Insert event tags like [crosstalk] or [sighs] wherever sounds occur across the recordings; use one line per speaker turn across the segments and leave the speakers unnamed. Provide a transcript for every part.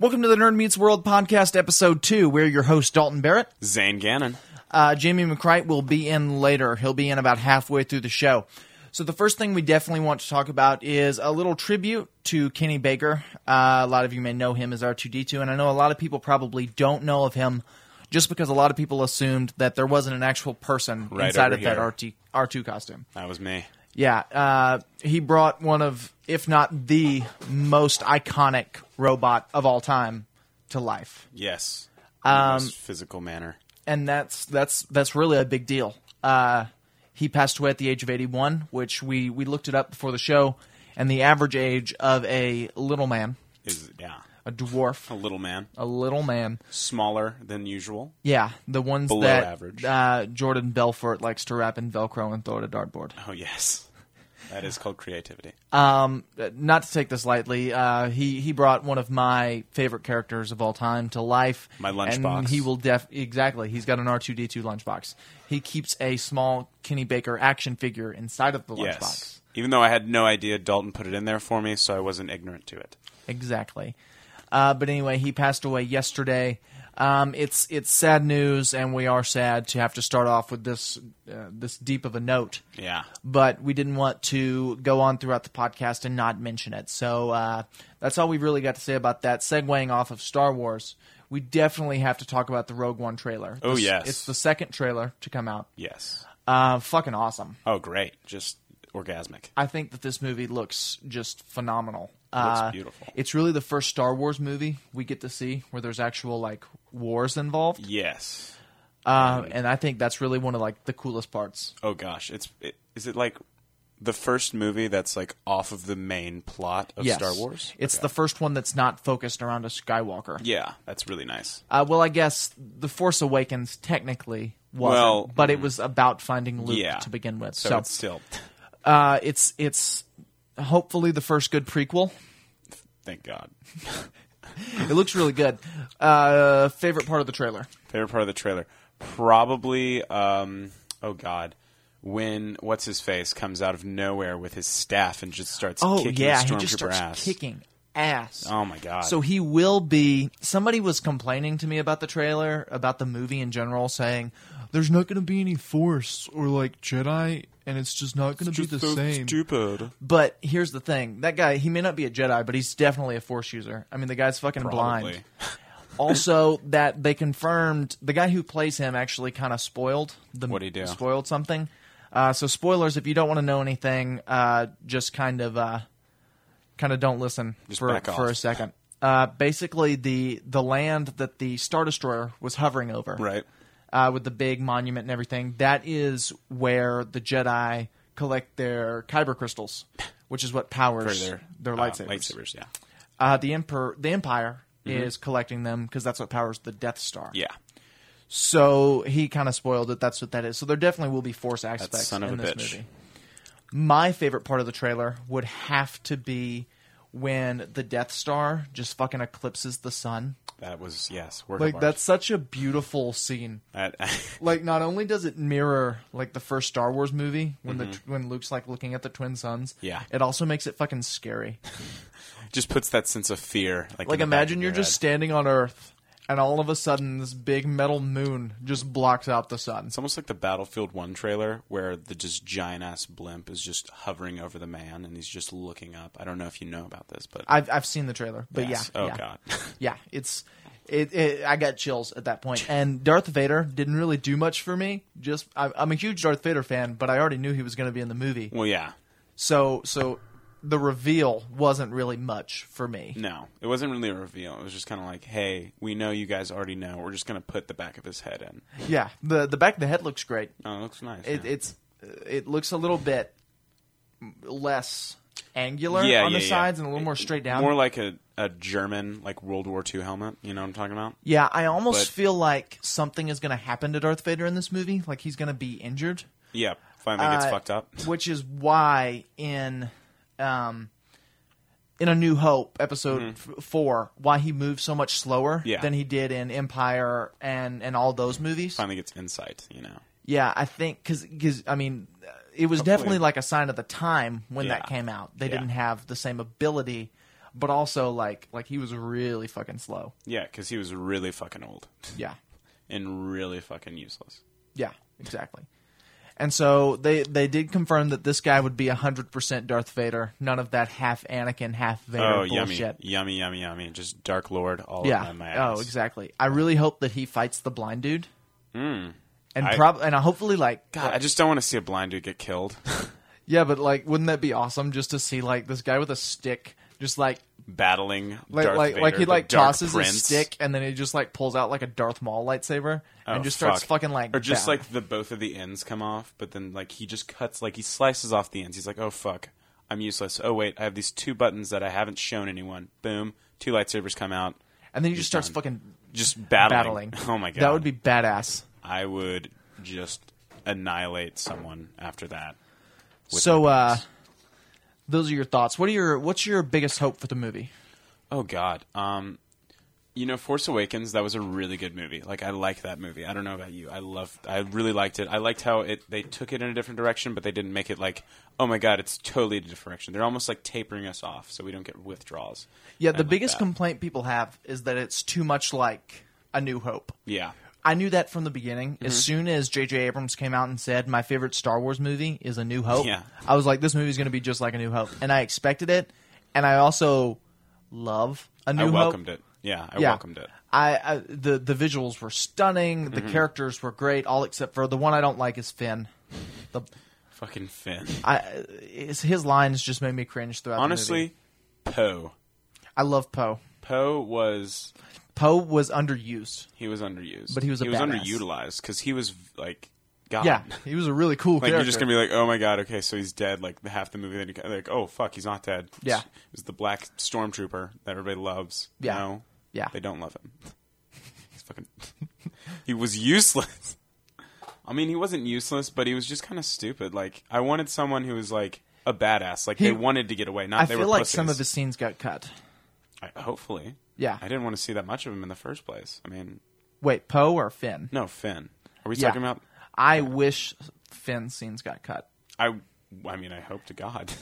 Welcome to the Nerd Meets World podcast, episode two. We're your host, Dalton Barrett.
Zane Gannon.
Uh, Jamie McCright will be in later. He'll be in about halfway through the show. So the first thing we definitely want to talk about is a little tribute to Kenny Baker. Uh, a lot of you may know him as R2D2, and I know a lot of people probably don't know of him just because a lot of people assumed that there wasn't an actual person
Right
inside
over
of that
here.
RT, R2 costume.
That was me.
Yeah, uh, he brought one of, if not the most iconic robot of all time to life,
Yes. Um, physical manner.
and that's that's that's really a big deal. Uh, he passed away at the age of 81, which we we looked it up before the show, and the average age of a little man,
Is yeah.
a dwarf,
A little man.
a little man.
Smaller than usual.
Yeah, the ones
Below
that
average.
Uh, Jordan Belfort likes to wrap in Velcro and throw at a dartboard.
Oh yes. That is called creativity.
uh, not to take this lightly, uh, he he brought one of my favorite characters of all time to life.
My
And
lunchbox.
he will def exactly. He's got an R two D two lunchbox. He keeps a small Kenny Baker action figure inside of the lunchbox.
yes. Even though I had no idea Dalton put it in there for me, so I wasn't ignorant to it.
Exactly. Uh, but anyway, he passed away yesterday. Um, it's it's sad news, and we are sad to have to start off with this uh, this deep of a note.
Yeah.
but we didn't want to go on throughout the podcast and not mention it. So uh, that's all we really got to say about that. Segueing off of Star Wars, we definitely have to talk about the Rogue One trailer.
Oh,
This-
yes.
it's the second trailer to come out.
Yes.
Uh, fucking awesome!
Oh great. Just orgasmic.
I think that this movie looks just phenomenal.
Looks
Uh,
beautiful.
It's really the first Star Wars movie we get to see where there's actual like wars involved,
Yes.
um, and I think that's really one of like the coolest parts.
Oh gosh, it's it, is it like the first movie that's like off of the main plot of
Yes.
Star Wars?
It's the first one that's not focused around a Skywalker.
yeah, that's really nice.
Uh, well, I guess The Force Awakens technically wasn't,
Well, mm.
but it was about finding Luke
yeah,
to begin with.
so,
So,
it's still.
uh, it's it's hopefully the first good prequel.
Thank God.
It looks really good. Uh, favorite part of the trailer?
Favorite part of the trailer, probably. Um, oh God, when what's his face comes out of nowhere with his staff and just starts
Oh
kicking
yeah,
the
he
stormtrooper
just starts
ass.
kicking ass.
Oh my God.
So he will be. Somebody was complaining to me about the trailer, about the movie in general, saying there's not going to be any Force or like Jedi, and it's just not going to be the
so
same.
stupid.
But here's the thing: that guy, he may not be a Jedi, but he's definitely a Force user. I mean, the guy's fucking blind.
Probably.
also, that they confirmed the guy who plays him actually kind of spoiled the
What'd he do?
spoiled something. Uh, so spoilers, if you don't want to know anything, uh, just kind of uh, kind of don't listen
Just
for
back off.
for a second. Uh, basically, the the land that the Star Destroyer was hovering over,
Right.
uh, with the big monument and everything. That is where the Jedi collect their kyber crystals, which is what powers
Their,
their
uh,
lightsabers.
lightsabers, yeah,
Uh, the emperor, the Empire, is collecting them because that's what powers the Death Star.
yeah.
So he kind of spoiled it. That's what that is. So there definitely will be force aspects
son of
in
a
this
bitch.
movie. My favorite part of the trailer would have to be when the Death Star just fucking eclipses the sun.
That was yes. Work
Like
of
that's such a beautiful scene
art. that. [laughs]
like not only does it mirror like the first Star Wars movie when the when Luke's like looking at the twin suns,
Mm-hmm. Yeah.
it also makes it fucking scary.
just puts that sense of fear. Like,
Like
in the back
imagine
of
you're
your
just
head.
standing on Earth and all of a sudden this big metal moon just blocks out the sun.
It's almost like the Battlefield One trailer where the just giant ass blimp is just hovering over the man and he's just looking up. I don't know if you know about this, but
I've I've seen the trailer, but
Yes.
yeah,
oh
yeah,
god,
yeah, it's. It, it, I got chills at that point, and Darth Vader didn't really do much for me. Just I, I'm a huge Darth Vader fan, but I already knew he was going to be in the movie,
well yeah,
so so the reveal wasn't really much for me.
no, it wasn't really a reveal. It was just kind of like, hey, we know you guys already know. We're just gonna put the back of his head in.
Yeah, the the back of the head looks great.
Oh, it looks nice.
It,
yeah.
It's it looks a little bit less angular
Yeah,
on the
yeah, yeah.
sides and a little more straight down.
more like a, a German like World War II helmet. You know what I'm talking about?
yeah, I almost
but-
feel like something is going to happen to Darth Vader in this movie. Like he's going to be injured,
Yeah, finally gets
Uh,
fucked up. [laughs]
which is why in um in A New Hope, episode f- four, why he moves so much slower
Mm-hmm. Yeah.
than he did in Empire and and all those movies.
Finally gets insight. You know.
Yeah, I think because I mean, uh, it was definitely like a sign of the time when that
Yeah.
came out. They
Yeah.
didn't have the same ability, but also like like he was really fucking slow.
Yeah, because he was really fucking old [laughs]
Yeah,
and really fucking useless.
yeah, exactly. And so they they did confirm that this guy would be hundred percent Darth Vader. None of that half Anakin, half Vader
Oh,
bullshit.
yummy, yummy, yummy, yummy! Just Dark Lord all
Yeah.
up my ass.
Oh, exactly. I really hope that he fights the blind dude. Mm. And
Hmm. I-
prob and hopefully like
God, I just don't want to see a blind dude get killed.
yeah, but like wouldn't that be awesome just to see like this guy with a stick just like
battling
like
Darth
like,
Vader,
like he
the
like
Dark
tosses
Prince.
a stick and then he just like pulls out like a Darth Maul lightsaber and
Oh,
just starts
fuck.
fucking like
or just
bam.
like the both of the ends come off, but then like he just cuts like he slices off the ends. He's like, oh fuck, I'm useless. Oh wait, I have these two buttons that I haven't shown anyone. Boom, two lightsabers come out.
and then he just starts
done.
fucking
Just battling.
battling.
[laughs] Oh my god,
That would be badass.
I would just annihilate someone after that. with
So
my
uh
buttons.
those are your thoughts. What are your what's your biggest hope for the movie?
Oh God. Um, you know, Force Awakens. That was a really good movie. Like I like that movie. I don't know about you. I love. I really liked it. I liked how it they took it in a different direction, but they didn't make it like, oh my God, it's totally a different direction. They're almost like tapering us off, so we don't get withdrawals.
Yeah,
And
the
like
biggest
that.
complaint people have is that it's too much like A New Hope.
yeah.
I knew that from the beginning.
Mm-hmm.
As soon as J.J. Abrams came out and said, "My favorite Star Wars movie is A New Hope,"
Yeah.
I was like, "This movie is going to be just like A New Hope," and I expected it. And I also love A New
I
Hope.
welcomed it. Yeah, I
Yeah.
welcomed it.
I, I the the visuals were stunning.
Mm-hmm.
The characters were great, all except for the one I don't like is Finn. The
Fucking Finn.
I his, his lines just made me cringe throughout. the movie.
Honestly, Poe.
I love Poe.
Poe was
Poe was underused.
he was underused,
But he was a
he was
badass.
underutilized because he was like God.
Yeah, he was a really cool
Ah. Like
character.
you're just gonna be like, oh my god, okay, so he's dead. Like the half the movie, then you're like, oh fuck, he's not dead.
Yeah.
it was the black stormtrooper that everybody loves.
Yeah.
no,
Yeah.
they don't love him. [laughs] He's fucking. [laughs] he was useless. I mean, he wasn't useless, but he was just kind of stupid. Like I wanted someone who was like a badass. Like
He-
they wanted to get away. Not
I
they
feel
were
like
pussies.
some of his scenes got cut.
I, hopefully,
Yeah.
I didn't want to see that much of him in the first place. I mean,
Wait, Poe or Finn?
no, Finn. Are we
Yeah.
talking about?
I wish Finn scenes got cut.
I. I mean, I hope to God.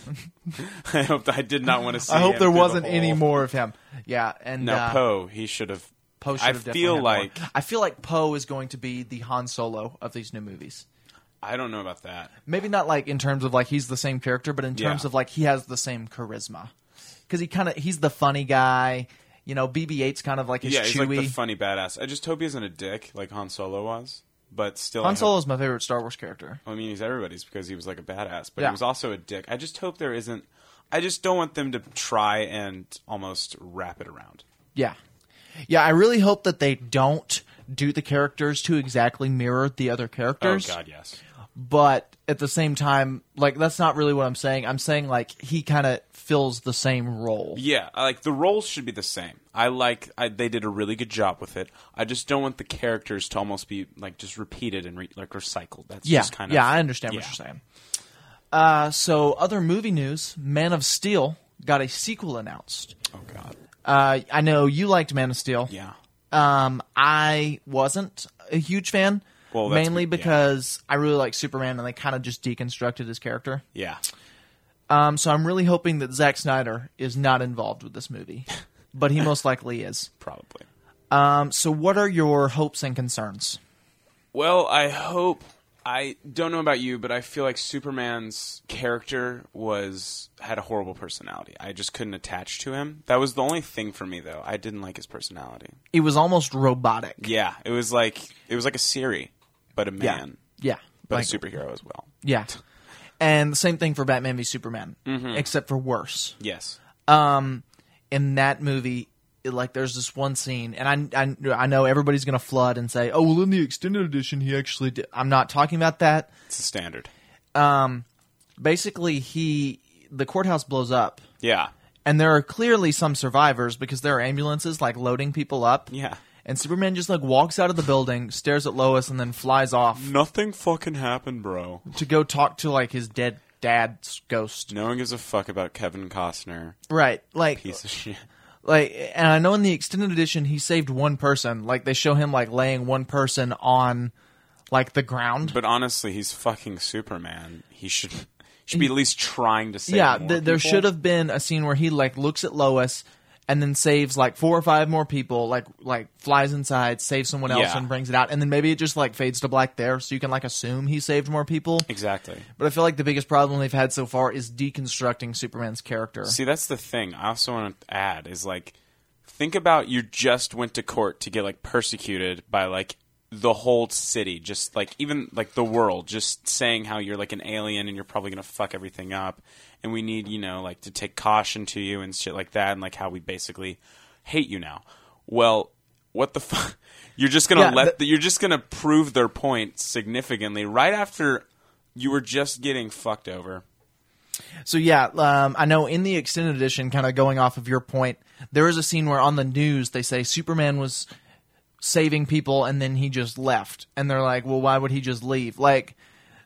[laughs] I hope I did not want to see.
I hope
him
there
through the
wasn't any
whole-
more of him. Yeah, and
Now
uh,
Poe, he should have.
Poe should
I
have definitely
feel
had more.
like
I feel like Poe is going to be the Han Solo of these new movies.
I don't know about that.
Maybe not like in terms of like he's the same character, but in terms
Yeah.
of like he has the same charisma because he kind of he's the funny guy. You know, BB-8's kind of like his
yeah, he's like
chewy.
the funny badass. I just hope he isn't a dick like Han Solo was, but still. I
Han
hope-
Solo's my favorite Star Wars character.
I mean, he's everybody's because he was like a badass, but
Yeah.
he was also a dick. I just hope there isn't. I just don't want them to try and almost wrap it around.
Yeah. Yeah, I really hope that they don't do the characters to exactly mirror the other characters.
oh God, yes.
But at the same time, like that's not really what I'm saying. I'm saying like he kind of fills the same role.
Yeah, I like the roles should be the same. I like I, they did a really good job with it. I just don't want the characters to almost be like just repeated and re, like recycled. That's
Yeah.
just kind of
yeah, I understand what
yeah.
you're saying. Uh, so other movie news, Man of Steel got a sequel announced.
Oh God,
Uh, I know you liked Man of Steel.
yeah.
Um, I wasn't a huge fan.
Well, that's
mainly
be- yeah.
because I really like Superman and they kind of just deconstructed his character.
Yeah.
Um, so I'm really hoping that Zack Snyder is not involved with this movie, [laughs] but he most likely is.
Probably.
Um, so what are your hopes and concerns?
Well, I hope. I don't know about you, but I feel like Superman's character was had a horrible personality. I just couldn't attach to him. That was the only thing for me, though. I didn't like his personality.
It was almost robotic.
Yeah, it was like it was like a Siri, but a man,
Yeah.
but
Like-
a superhero as well.
Yeah. And the same thing for Batman v Superman, except for worse.
Yes.
In that movie, it- like there's this one scene, and I, I, I know everybody's gonna flood and say, "Oh, well, in the extended edition, he actually did." I'm not talking about that.
It's a standard.
Basically, he the courthouse blows up,
Yeah.
and there are clearly some survivors because there are ambulances like loading people up.
Yeah.
And Superman just like walks out of the building, stares at Lois, and then flies off
Nothing fucking happened, bro.
to go talk to like his dead dad's ghost.
No one gives a fuck about Kevin Costner.
Right. Like
Piece of shit.
like and I know in the extended edition he saved one person. Like they show him like laying one person on like the ground.
But honestly, he's fucking Superman. He should should be at least trying to save.
yeah,
more
th- there
people.
should have been a scene where he like looks at Lois and then saves like four or five more people, like like flies inside, saves someone else,
Yeah.
and brings it out, and then maybe it just like fades to black there, so you can like assume he saved more people.
exactly.
But I feel like the biggest problem they've had so far is deconstructing Superman's character.
See, that's the thing. I also want to add is like, think about you just went to court to get like persecuted by like the whole city, just like even like the world, just saying how you're like an alien and you're probably gonna fuck everything up, and we need you know like to take caution to you and shit like that, and like how we basically hate you now. Well, what the [laughs] fuck? You're just gonna
Yeah,
let
but-
the, you're just gonna prove their point significantly right after you were just getting fucked over.
So yeah, um, I know in the extended edition, kind of going off of your point, there is a scene where on the news they say Superman was saving people and then he just left, and they're like, "Well, why would he just leave?" Like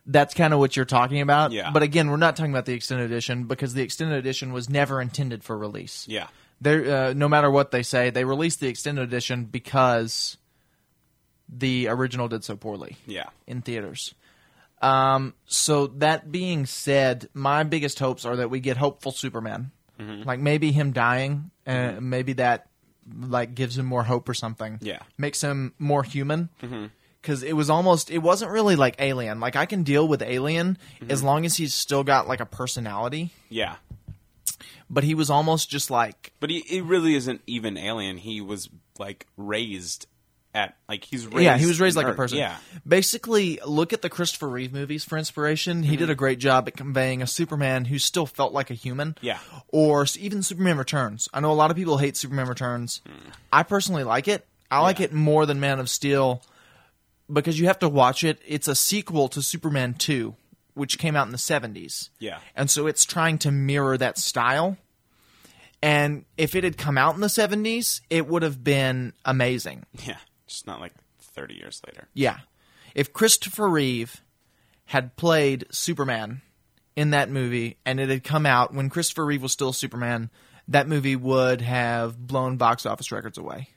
that's kind of what you're talking about.
Yeah.
But again, we're not talking about the extended edition because the extended edition was never intended for release.
Yeah.
They're, uh, no matter what they say, they released the extended edition because the original did so poorly
Yeah.
in theaters. Um, so that being said, my biggest hopes are that we get hopeful Superman,
Mm-hmm.
like maybe him dying, and maybe that like gives him more hope or something.
Yeah. Mm-hmm.
makes him more human. Because it was almost, it wasn't really like Alien. Like I can deal with Alien
Mm-hmm.
as long as he's still got like a personality.
Yeah.
But he was almost just like
But he, he really isn't even alien. He was like raised at like he's raised.
yeah, he was raised
on
like a
Earth.
person.
Yeah,
Basically, look at the Christopher Reeve movies for inspiration. He
Mm-hmm.
did a great job at conveying a Superman who still felt like a human.
Yeah.
Or s- even Superman Returns. I know a lot of people hate Superman Returns. I personally like it. I like it more than Man of Steel because you have to watch it. It's a sequel to Superman 2, which came out in the 70s.
yeah,
And so it's trying to mirror that style. And if it had come out in the 70s, it would have been amazing.
yeah. Just not like thirty years later.
Yeah. If Christopher Reeve had played Superman in that movie and it had come out when Christopher Reeve was still Superman, that movie would have blown box office records away.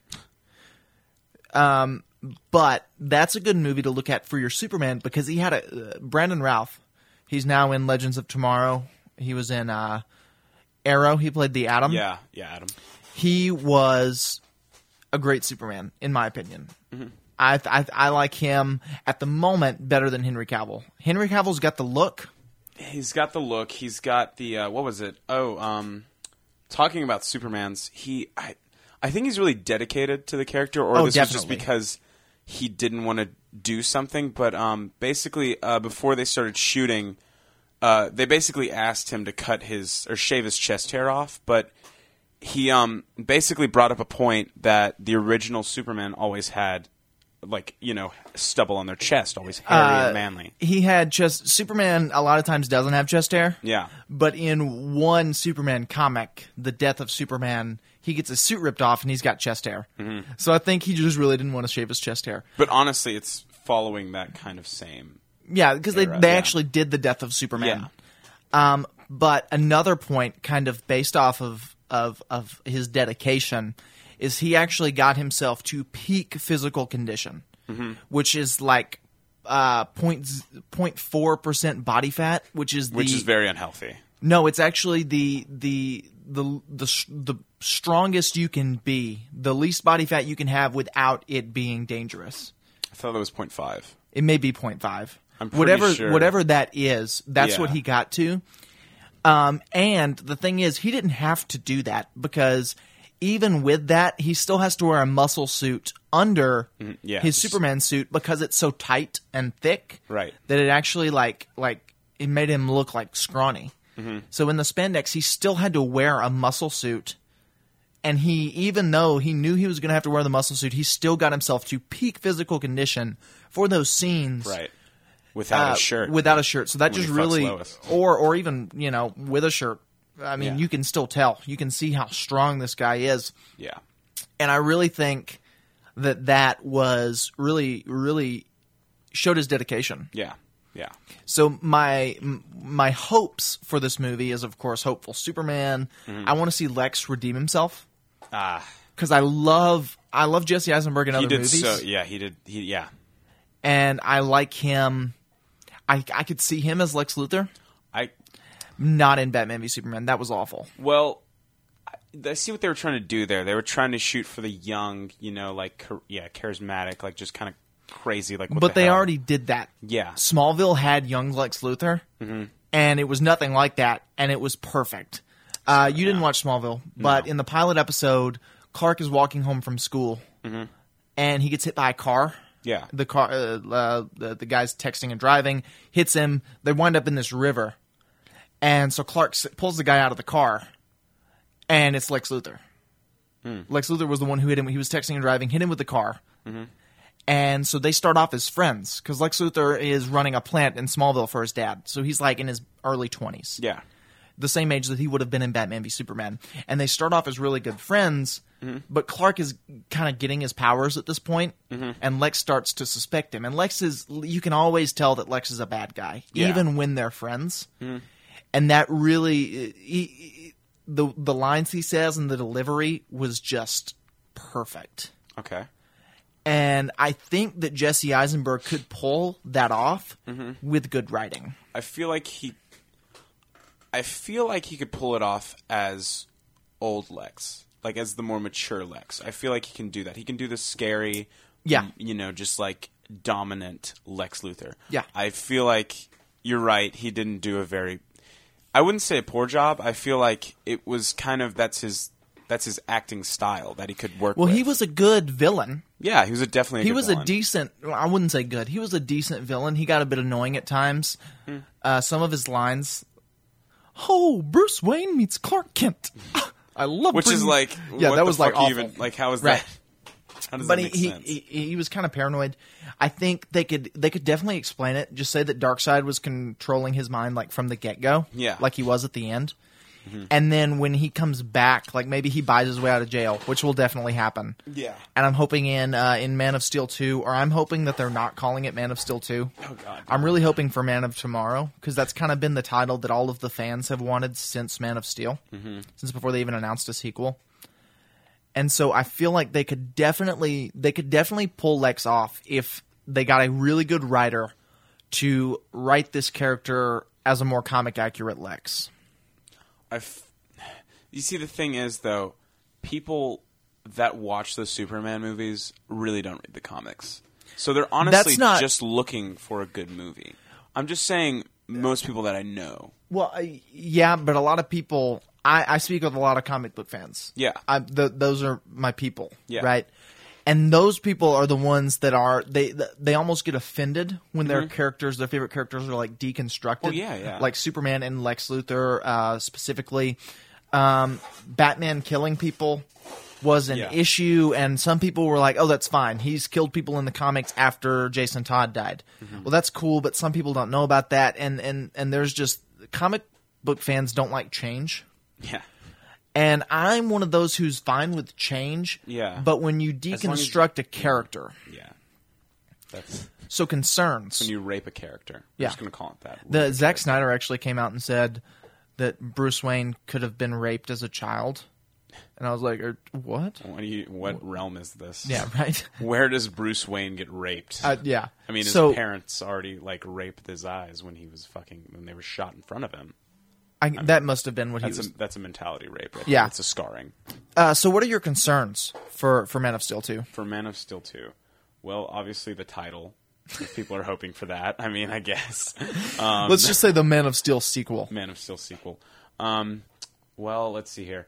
Um, but that's a good movie to look at for your Superman because he had a uh, Brandon Ralph. He's now in Legends of Tomorrow. He was in uh, Arrow. He played the Atom
Yeah, yeah, Adam.
he was a great Superman, in my opinion. I, I I like him at the moment better than Henry Cavill. Henry Cavill's got the look.
He's got the look. He's got the uh, what was it? Oh, um, talking about Superman's. He, I, I think he's really dedicated to the character, or
Oh,
this was just
definitely.
because he didn't want to do something. But um, basically, uh, before they started shooting, uh, they basically asked him to cut his or shave his chest hair off, but he um basically brought up a point that the original Superman always had, like you know, stubble on their chest, always hairy
Uh,
and manly.
He had chest. Superman a lot of times doesn't have chest hair.
Yeah.
But in one Superman comic, the death of Superman, he gets his suit ripped off and he's got chest hair. So I think he just really didn't want to shave his chest hair.
But honestly, it's following that kind of same.
Yeah, because they
Era,
they
yeah.
actually did the death of Superman. Um, but another point, kind of based off of of of his dedication, is he actually got himself to peak physical condition,
Mm-hmm.
which is like uh point point four percent body fat, which is the
which is very unhealthy.
no, it's actually the the the the s- the strongest you can be, the least body fat you can have without it being dangerous.
I thought that was 0.5.
It may be 0.5.
I'm pretty
whatever
sure.
whatever that is, that's
Yeah.
what he got to. Um, and the thing is, he didn't have to do that because even with that, he still has to wear a muscle suit under
Mm, yeah,
his
just-
Superman suit because it's so tight and thick
Right.
that it actually like like it made him look like scrawny.
Mm-hmm.
So in the spandex, he still had to wear a muscle suit. And he, even though he knew he was going to have to wear the muscle suit, he still got himself to peak physical condition for those scenes
Right. Without
uh,
a shirt.
Without a shirt. So that
When
just
he fucks
really,
Lois.
or or even you know with a shirt. I mean,
Yeah.
you can still tell. You can see how strong this guy is,
yeah.
and I really think that that was really really showed his dedication.
Yeah. Yeah.
So my m- my hopes for this movie is of course hopeful Superman. I want to see Lex redeem himself
Mm-hmm. Ah,
because I love I love Jesse Eisenberg in
he
other
did
movies,
so. Yeah, he did. He yeah.
and I like him. I I could see him as Lex Luthor.
I
not in Batman v Superman. That was awful.
Well, I- I see what they were trying to do there. They were trying to shoot for the young, you know, like char- yeah, charismatic, like just kind of crazy, like. What
But
the
they
hell.
already did that.
Yeah.
Smallville had young Lex Luthor, and it was nothing like that, and it was perfect. Uh, you didn't watch Smallville, but in the pilot episode, Clark is walking home from school, and he gets hit by a car.
Yeah.
the car, uh, uh, the, the guy's texting and driving, hits him. They wind up in this river, and so Clark s- pulls the guy out of the car, and it's Lex Luthor. Lex Luthor was the one who hit him. He was texting and driving, hit him with the car. And so they start off as friends because Lex Luthor is running a plant in Smallville for his dad. So he's like in his early 20s,
Yeah.
the same age that he would have been in Batman v Superman. And they start off as really good friends, but Clark is kind of getting his powers at this point, and Lex starts to suspect him. And Lex is, you can always tell that Lex is a bad guy,
Yeah.
even when they're friends. And that really, he- he- the, the lines he says and the delivery was just perfect
Okay.
and I think that Jesse Eisenberg could pull that off with good writing.
I feel like he. I feel like he could pull it off as old Lex, like as the more mature Lex. I feel like he can do that. He can do the scary,
Yeah.
you know, just like dominant Lex Luthor.
Yeah.
I feel like you're right. He didn't do a very. I wouldn't say a poor job. I feel like it was kind of that's his that's his acting style that he could work.
Well,
with.
he was a good villain.
yeah he was a definitely a
He
good
was a
villain.
decent. well, I wouldn't say good. He was a decent villain. He got a bit annoying at times.
Hmm.
Uh, some of his lines. Oh, Bruce Wayne meets Clark Kent. [laughs] I love
which is
bringing-
like
yeah,
what
that
the
was like
fuck
awful.
even like how is
Right.
that? How does
but
that
he,
make
he,
sense?
he he was kind of paranoid. I think they could they could definitely explain it. Just say that Darkseid was controlling his mind like from the get go,
Yeah. Mm-hmm.
like he was at the end. And then when he comes back, like maybe he buys his way out of jail, which will definitely happen.
Yeah.
And I'm hoping in uh, in Man of Steel two, or I'm hoping that they're not calling it Man of Steel two.
oh god.
I'm really hoping for Man of Tomorrow because that's kind of been the title that all of the fans have wanted since Man of Steel, since before they even announced a sequel. And so I feel like they could definitely they could definitely pull Lex off if they got a really good writer to write this character as a more comic accurate Lex.
I f- you see, the thing is, though, people that watch the Superman movies really don't read the comics, so they're honestly
That's not-
just looking for a good movie. I'm just saying, most people that I know,
Well, I, yeah, but a lot of people. I, I speak with a lot of comic book fans.
Yeah.
I, th those are my people.
Yeah.
right. And those people are the ones that are they they almost get offended when their
Mm-hmm.
characters, their favorite characters, are like deconstructed.
Well, yeah, yeah.
Like Superman and Lex Luthor uh, specifically. Um, Batman killing people was an
Yeah.
issue, and some people were like, "Oh, that's fine. He's killed people in the comics after Jason Todd died."
Mm-hmm.
Well, that's cool, but some people don't know about that, and and and there's just comic book fans don't like change,
yeah,
and I'm one of those who's fine with change.
Yeah.
But when you
long as-
deconstruct a character,
yeah, that's
so concerns.
when you rape a character. I'm
Yeah.
just gonna call it that.
the Zack Snyder actually came out and said that Bruce Wayne could have been raped as a child, and I was like, "Er, "What?"
what, do you, what realm is this?
Yeah, [laughs] right.
Where does Bruce Wayne get raped?
Uh, yeah.
I mean, his
so
parents already like raped his eyes when he was fucking when they were shot in front of him.
I, that must have been what he
That's
was.
a, that's a mentality rape. Right?
Yeah.
it's a scarring.
Uh, so, what are your concerns for for Man of Steel two?
for Man of Steel 2? Well, obviously the title. If people are hoping for that, I mean, I guess. Um,
Let's just say the Man of Steel sequel.
Man of Steel sequel. Um, well, let's see here.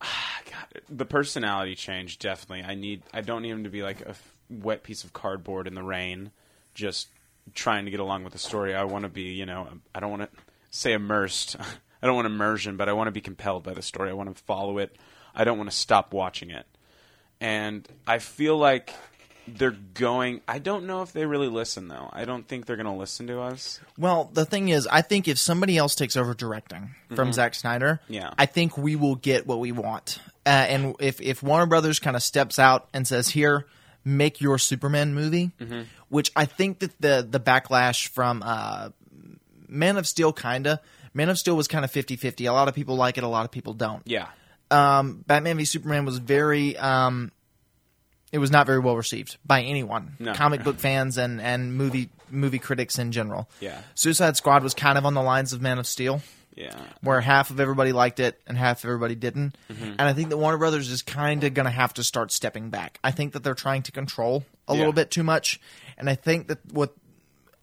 Ah, God, the personality change definitely. I need. I don't need him to be like a f- wet piece of cardboard in the rain, just trying to get along with the story. I want to be, you know, I don't want to say immersed. [laughs] I don't want immersion, but I want to be compelled by the story. I want to follow it. I don't want to stop watching it. And I feel like they're going. I don't know if they really listen though. I don't think they're going to listen to us.
Well, the thing is, I think if somebody else takes over directing from Zack Snyder,
Yeah.
I think we will get what we want. Uh, and if if Warner Brothers kind of steps out and says, "Here, make your Superman movie," which I think that the the backlash from uh, Man of Steel kinda Man of Steel was kind of 50-50. A lot of people like it, a lot of people don't.
Yeah.
um, Batman v Superman was very. Um, it was not very well received by anyone,
No.
comic book fans and, and movie movie critics in general.
Yeah.
Suicide Squad was kind of on the lines of Man of Steel,
Yeah.
where half of everybody liked it and half everybody didn't.
Mm-hmm.
And I think that Warner Brothers is kind of going to have to start stepping back. I think that they're trying to control a
Yeah.
little bit too much, and I think that what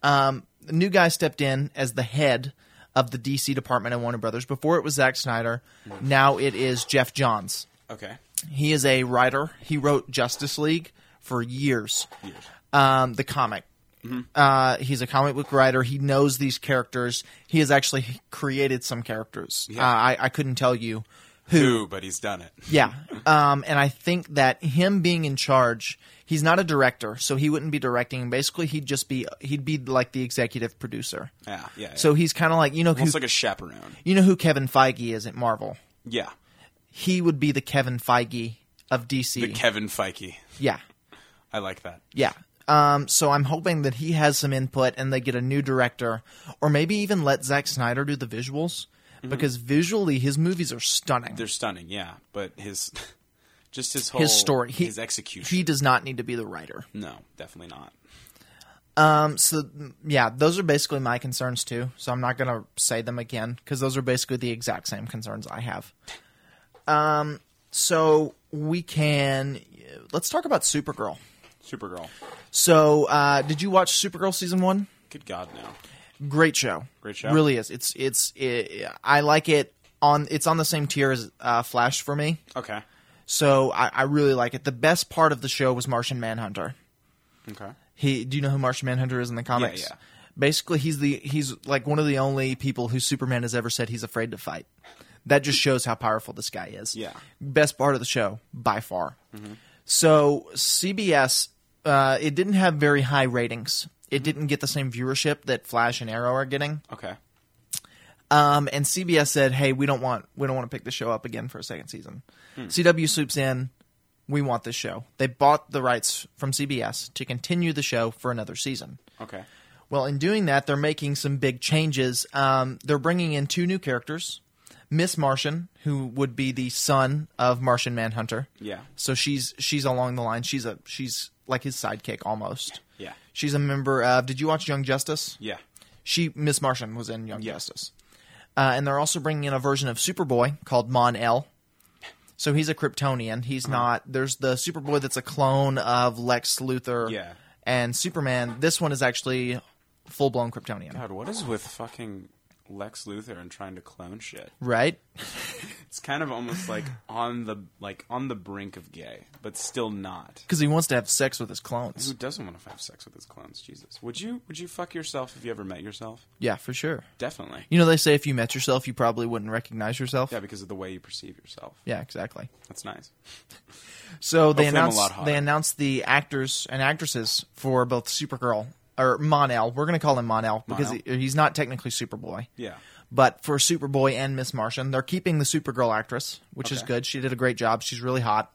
um, the new guy stepped in as the head of the DC department at Warner Brothers. Before it was Zack Snyder,
Mm.
now it is Jeff Johns.
Okay.
He is a writer. He wrote Justice League for years, um, the comic.
Mm-hmm.
Uh, he's a comic book writer. He knows these characters. He has actually created some characters. Uh, I, I couldn't tell you who.
Ooh, but he's done it.
Yeah. Um, and I think that him being in charge, he's not a director, so he wouldn't be directing. Basically, he'd just be he'd be like the executive producer.
Yeah. Yeah. yeah.
So he's kind of like you know who,
almost like a chaperone.
you know who Kevin Feige is at Marvel.
Yeah.
He would be the Kevin Feige of DC.
The Kevin Feige.
yeah.
I like that.
Yeah. Um, so I'm hoping that he has some input and they get a new director, or maybe even let Zack Snyder do the visuals because visually his movies are stunning.
They're stunning. Yeah, but his [laughs] just his whole
his story, he,
his execution.
he does not need to be the writer.
no, definitely not.
Um, so yeah, those are basically my concerns too. So I'm not gonna say them again because those are basically the exact same concerns I have. Um, so we can let's talk about Supergirl.
Supergirl.
So uh, did you watch Supergirl season one?
Good God, no.
great show.
Great show.
Really is. It's it's it, I like it on it's on the same tier as uh, Flash for me.
Okay.
So I, I really like it. The best part of the show was Martian Manhunter.
Okay.
He do you know who Martian Manhunter is in the comics?
yeah.
Basically he's the he's like one of the only people who Superman has ever said he's afraid to fight. That just shows how powerful this guy is.
Yeah. Mm-hmm.
Best part of the show by far. So CBS uh, it didn't have very high ratings. It
Mm-hmm.
didn't get the same viewership that Flash and Arrow are getting.
Okay.
Um, and CBS said, "Hey, we don't want we don't want to pick the show up again for a second season." CW swoops in. We want this show. They bought the rights from CBS to continue the show for another season.
Okay.
Well, in doing that, they're making some big changes. Um, they're bringing in two new characters, Miss Martian, who would be the son of Martian Manhunter.
Yeah.
So she's she's along the line. She's a she's like his sidekick almost.
Yeah.
She's a member of. Did you watch Young Justice?
Yeah.
she Miss Martian was in Young Justice, uh, and they're also bringing in a version of Superboy called Mon El. So he's a Kryptonian. He's
Hmm.
not. There's the Superboy that's a clone of Lex Luthor.
Yeah.
And Superman. This one is actually full blown Kryptonian.
God, what is with fucking Lex Luthor and trying to clone shit?
Right.
It's kind of almost like on the like on the brink of gay, but still not.
Because he wants to have sex with his
Who
clones.
doesn't want to have sex with his clones? Jesus. Would you would you fuck yourself if you ever met yourself?
Yeah, for sure.
Definitely.
You know they say if you met yourself, you probably wouldn't recognize yourself.
Yeah, because of the way you perceive yourself.
Yeah, exactly.
That's nice.
So they
Hopefully I'm a
announced
lot hotter.
they announced the actors and actresses for both Supergirl or Monel. We're going to call him Monel because
Mon-El.
he- he's not technically Superboy.
Yeah.
But for Superboy and Miss Martian, they're keeping the Supergirl actress, which is
Okay.
good. She did a great job. She's really hot.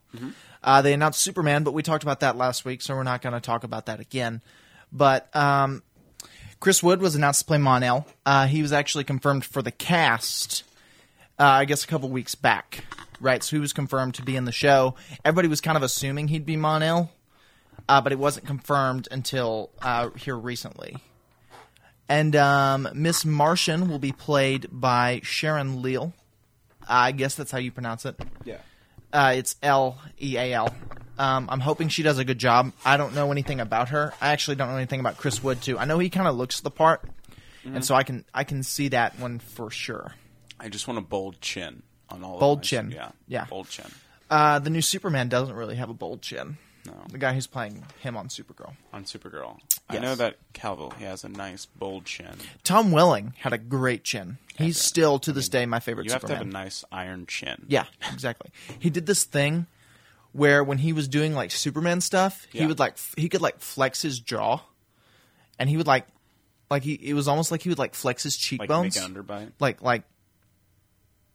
Uh, they announced Superman, but we talked about that last week, so we're not going to talk about that again. But um, Chris Wood was announced to play Monel. Uh, he was actually confirmed for the cast, uh, I guess, a couple weeks back. Right, so he was confirmed to be in the show. Everybody was kind of assuming he'd be Monel, uh, but it wasn't confirmed until uh, here recently. And um, Miss Martian will be played by Sharon Leal. I guess that's how you pronounce it.
Yeah.
Uh, it's L E A L. Um, I'm hoping she does a good job. I don't know anything about her. I actually don't know anything about Chris Wood too. I know he kind of looks the part,
Mm-hmm.
and so I can I can see that one for sure.
I just want a bold chin on all.
Bold
of my,
chin.
Yeah.
Yeah.
Bold chin.
Uh, the new Superman doesn't really have a bold chin.
No.
The guy who's playing him on Supergirl,
On Supergirl. I
Yes.
know that Calville. He has a nice bold chin.
Tom Welling had a great chin. He's
Yeah.
still to this day my favorite.
You have to
Superman.
have a nice iron chin.
Yeah, exactly. He did this thing where when he was doing like Superman stuff, he
Yeah.
would like f- he could like flex his jaw, and he would like like he it was almost like he would like flex his
Like
cheekbones,
make an underbite.
like like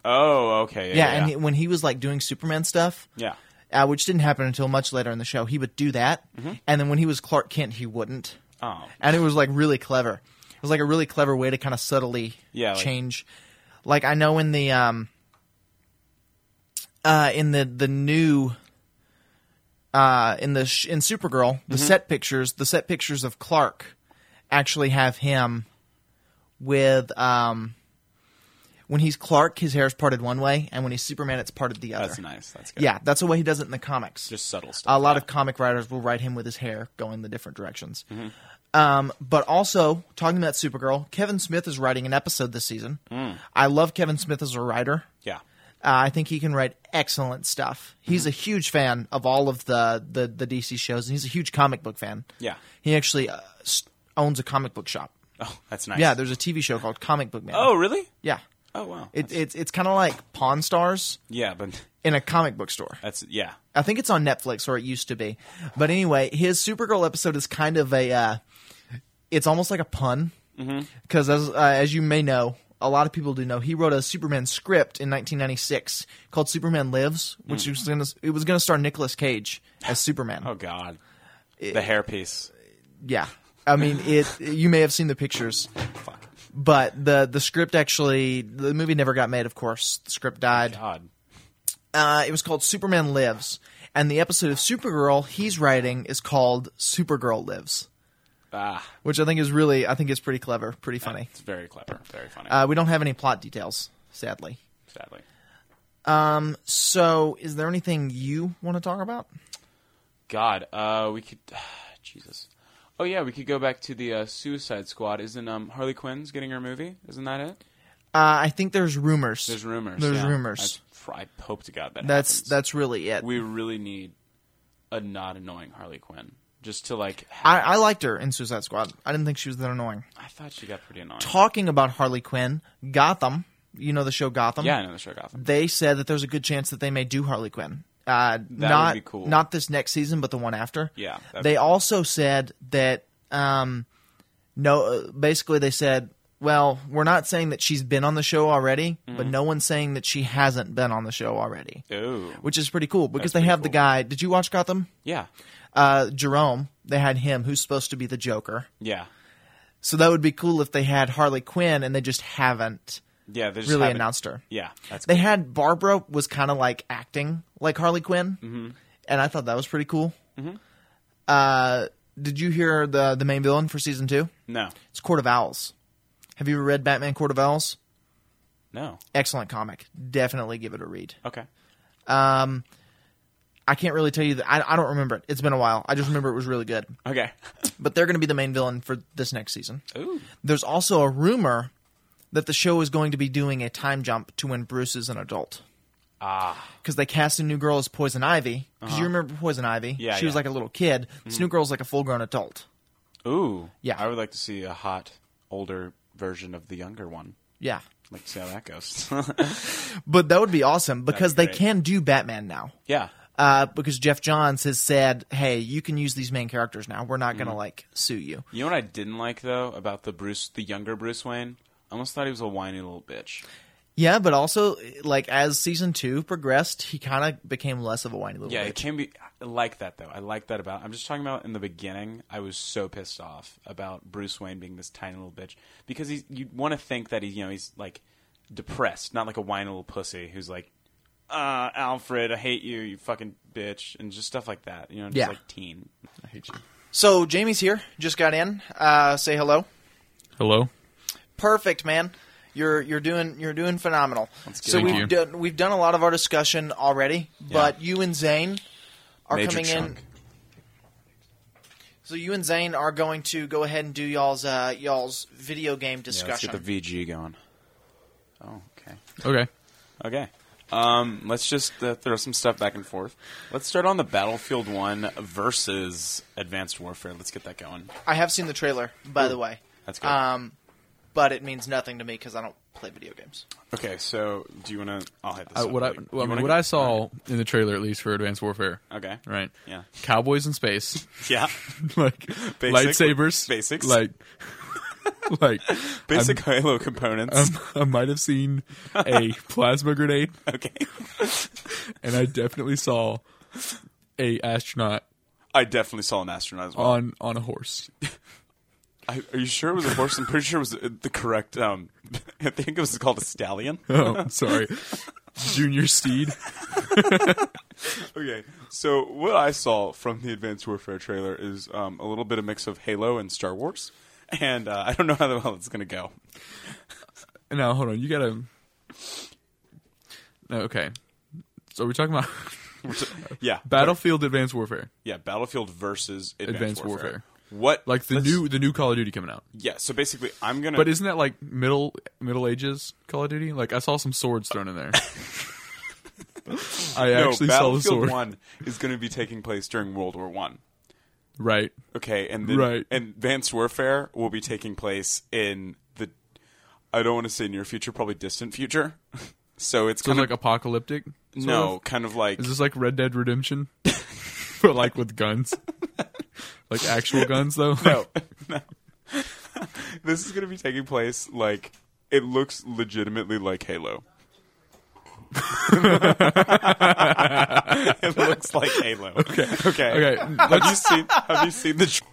Oh, okay. Yeah.
yeah.
yeah.
And he, when he was like doing Superman stuff,
yeah.
uh, which didn't happen until much later in the show, he would do that,
Mm-hmm.
and then when he was Clark Kent, he wouldn't,
Oh.
and it was like really clever. It was like a really clever way to kind of subtly
Yeah, like-
change. Like I know in the um uh in the the new uh in the sh- in Supergirl, the
Mm-hmm.
set pictures, the set pictures of Clark actually have him with um when he's Clark, his hair is parted one way, and when he's Superman, it's parted the other.
That's nice. That's good.
Yeah, that's the way he does it in the comics.
Just subtle stuff.
a lot
yeah.
of comic writers will write him with his hair going the different directions.
Mm-hmm.
Um, but also talking about Supergirl, Kevin Smith is writing an episode this season.
Mm.
I love Kevin Smith as a writer.
Yeah.
Uh, I think he can write excellent stuff. He's
Mm-hmm.
a huge fan of all of the, the the DC shows, and he's a huge comic book fan.
Yeah.
he actually uh, s- owns a comic book shop.
Oh, that's nice.
Yeah, there's a TV show called Comic Book Man.
Oh, really?
yeah,
Oh, wow.
it,
That's-
it's it's kind of like Pawn Stars
yeah, but
in a comic book store.
that's yeah.
I think it's on Netflix or it used to be. But anyway, his Supergirl episode is kind of a. Uh, it's almost like a pun
Mm-hmm.
because as uh, as you may know, a lot of people do know he wrote a Superman script in 1996 called Superman Lives, which was gonna it was gonna star Nicolas Cage as Superman.
Mm. [laughs] Oh God, the hairpiece.
Yeah, I mean it. You may have seen the pictures.
Fuck.
But the the script actually the movie never got made. Of course, the script died.
God.
Uh, it was called Superman Lives, and the episode of Supergirl he's writing is called Supergirl Lives.
Ah,
which I think is really, I think is pretty clever, pretty funny.
it's very clever. Very funny.
Uh, we don't have any plot details, sadly.
sadly.
So, is there anything you want to talk about?
God. Uh, we could. [sighs] Jesus. Oh yeah, we could go back to the uh, Suicide Squad. Isn't um Harley Quinn's getting her movie? Isn't that it?
Uh, I think there's rumors.
There's rumors.
There's
yeah.
rumors.
I, I hope to God that
That's
happens.
that's really it.
we really need a not annoying Harley Quinn just to like.
I, I liked her in Suicide Squad. I didn't think she was that annoying.
I thought she got pretty annoying.
Talking about Harley Quinn, Gotham. You know the show Gotham.
yeah, I know the show Gotham.
They said that there's a good chance that they may do Harley Quinn. Uh,
would
not
be cool.
not this next season, but the one after.
Yeah, that'd
They
be-
also said that um, no. Uh, basically, they said, well, we're not saying that she's been on the show already,
Mm-hmm.
but no one's saying that she hasn't been on the show already,
Oh,
which is pretty cool because
That's
they
pretty
have the
cool.
guy. Did you watch Gotham?
yeah,
Uh, Jerome. They had him, who's supposed to be the Joker.
yeah,
So that would be cool if they had Harley Quinn, and they just haven't
yeah. They just
really
haven't-
announced her.
Yeah, that's
They
cool.
had Barbara was kind of like acting like Harley Quinn, and I thought that was pretty cool. Uh, did you hear the the main villain for season two?
no,
It's Court of Owls. Have you ever read Batman Court of Owls?
no.
Excellent comic. Definitely give it a read.
Okay, [laughs]
I can't really tell you that. I, I don't remember it. It's been a while. I just remember it was really good.
okay.
But they're going to be the main villain for this next season.
Ooh,
There's also a rumor that the show is going to be doing a time jump to when Bruce is an adult.
ah, Uh-huh.
because they cast a new girl as Poison Ivy. Because you remember Poison Ivy?
Yeah,
She was
yeah. Mm-hmm.
like a little kid. This new girl's like a full grown adult.
ooh.
Yeah.
I would like to see a hot older version of the younger one.
Yeah.
Like see how that goes.
But that would be awesome because
be
they
great.
can do Batman now.
[laughs] yeah,
Uh, because Jeff Johns has said, hey, you can use these main characters now. We're not going to
Mm-hmm.
like sue you.
you know what I didn't like though about the Bruce, the younger Bruce Wayne. I almost thought he was a whiny little bitch.
Yeah, but also, like, as season two progressed, he kind of became less of a whiny little
Yeah, it
bitch.
can be. I like that though. I like that about. I'm just talking about in the beginning. I was so pissed off about Bruce Wayne being this tiny little bitch because he's. You want to think that he's you know he's like depressed, not like a whiny little pussy who's like, uh, Alfred, I hate you, you fucking bitch, and just stuff like that. You know, just
Yeah.
like teen. I hate you.
So, Jamie's here. Just got in. Uh, say hello.
Hello.
Perfect, man. You're you're doing you're doing phenomenal.
good.
So
Thank
we've
you.
done we've done a lot of our discussion already, but you and Zane are
Major
coming
chunk.
in. So you and Zane are going to go ahead and do y'all's uh, y'all's video game
Yeah, let's
discussion.
get the VG going. Oh, okay.
Okay.
Okay. Um, let's just uh, throw some stuff back and forth. Let's start on the Battlefield One versus Advanced Warfare. Let's get that going.
I have seen the trailer, by the way,
That's good.
um, but it means nothing to me because I don't play video games.
Okay, so do you want to? I'll hit this.
Uh,
up
what I
really-
well, I
you
mean,
wanna
what
go-
I saw in the trailer, at least for Advanced Warfare.
Okay.
Right.
Yeah. [laughs]
Cowboys in space, [laughs]
Yeah.
like lightsabers,
basics.
like [laughs] like
Basic Halo components.
I'm- I might have seen
[laughs]
a plasma grenade,
okay.
and I definitely saw a astronaut
I definitely saw an astronaut as well.
on on a horse. [laughs]
I, are you sure it was a horse? I'm pretty sure it was uh, the correct. Um, [laughs] I think it was called a stallion.
Oh, sorry, Junior Steed.
Okay. So what I saw from the Advanced Warfare trailer is um, a little bit of mix of Halo and Star [laughs] Wars, and uh, I don't know how the hell it's gonna go.
Now hold on, you gotta Okay. So are we talking about [laughs]
yeah,
Battlefield Advanced Warfare?
yeah. Battlefield versus Advanced,
Advanced
Warfare.
Warfare.
What
Like the
let's-
new the new Call of Duty coming out.
Yeah, so basically, I'm gonna.
But isn't that like middle Middle Ages Call of Duty? Like I saw some swords
[laughs]
thrown in there. I
no,
actually saw the
Battlefield
sword.
One is going to be taking place during World War One.
Right.
Okay, and then
Right.
and Advanced Warfare will be taking place in the. I don't want to say near future, probably distant future. [laughs] so it's
So it's
kind
like
of
apocalyptic. sort
no,
of?
kind of like
Is this like Red Dead Redemption? [laughs] but like
[laughs]
with guns. like actual guns though?
no, [laughs] no. this is going to be taking place like it looks legitimately like Halo. it looks like Halo. Okay, okay,
[laughs] Okay.
Have you seen? Have you seen the? tr-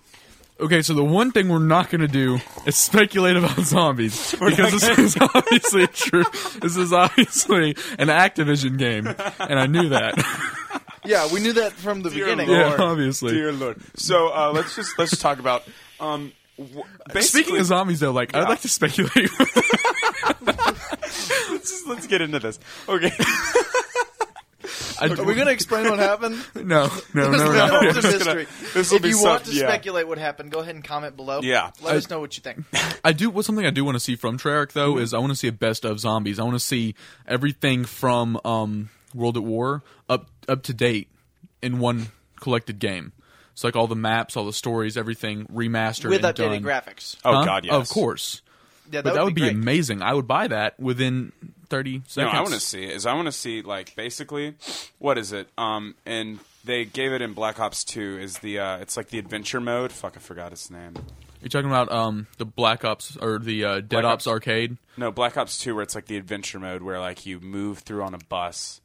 Okay, so the one thing we're not going to do is speculate about
[laughs]
[laughs] zombies because this is obviously true. This is obviously an Activision game, and I
[laughs]
knew that.
Yeah, we knew that from the
Dear
beginning.
Lord.
yeah, obviously.
Dear Lord. So uh, let's just let's just talk about. Um, w-
Speaking
basically,
of zombies, though, like I'd like to speculate.
[laughs] let's, just- let's get into this. Okay.
I,
Are we going to explain what happened?
[laughs] Oh,
No, no, no,
There's
no.
no
no.
one's a
Just gonna-
mystery.
[laughs] this will
if
be
you
some-
want to
yeah.
speculate what happened, go ahead and comment below.
Yeah.
Let
I-
us know what you think.
[laughs] I do. What's something I do want to see from Treyarch though is I want to see a best of zombies. I want to see everything from um, World at War up up to date in one collected game. So like all the maps, all the stories, everything remastered
With
and
updated
done.
graphics.
Oh
Huh?
God, yes.
Of course.
Yeah, that,
but that would be,
great.
amazing. I would buy that within 30 seconds.
No, I want to see is I want to see like basically what is it? Um, and they gave it in Black Ops Two. Is the uh, it's like the adventure mode? Fuck, I forgot its name.
You're talking about um the Black Ops or the uh, Dead
Ops.
Ops arcade.
No, Black Ops Two, where it's like the adventure mode, where like you move through on a bus.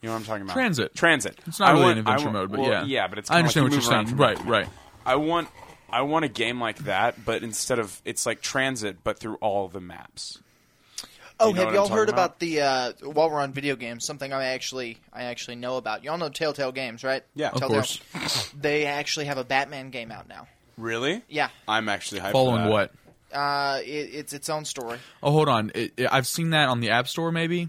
You know what I'm talking about?
Transit.
Transit.
It's not
I
really
want-
an adventure
I want-
mode, but
well,
yeah.
yeah, but it's
I
kinda like
understand
you
what you're
move around
saying.
from
Right, right.
I want I want a game like that, but instead of it's like transit, but through all the maps.
Oh,
You know
have
what
y'all
I'm
heard
talking
about, the uh, while we're on video games? Something I actually I actually know about. Y'all know Telltale Games, right?
Yeah. Of
Telltale.
course.
They actually have a Batman game out now.
Really?
Yeah,
I'm actually hyped. for
Following
that.
what?
uh, it, it's its own story.
Oh, hold on. It, it- I've seen that on the App Store, maybe.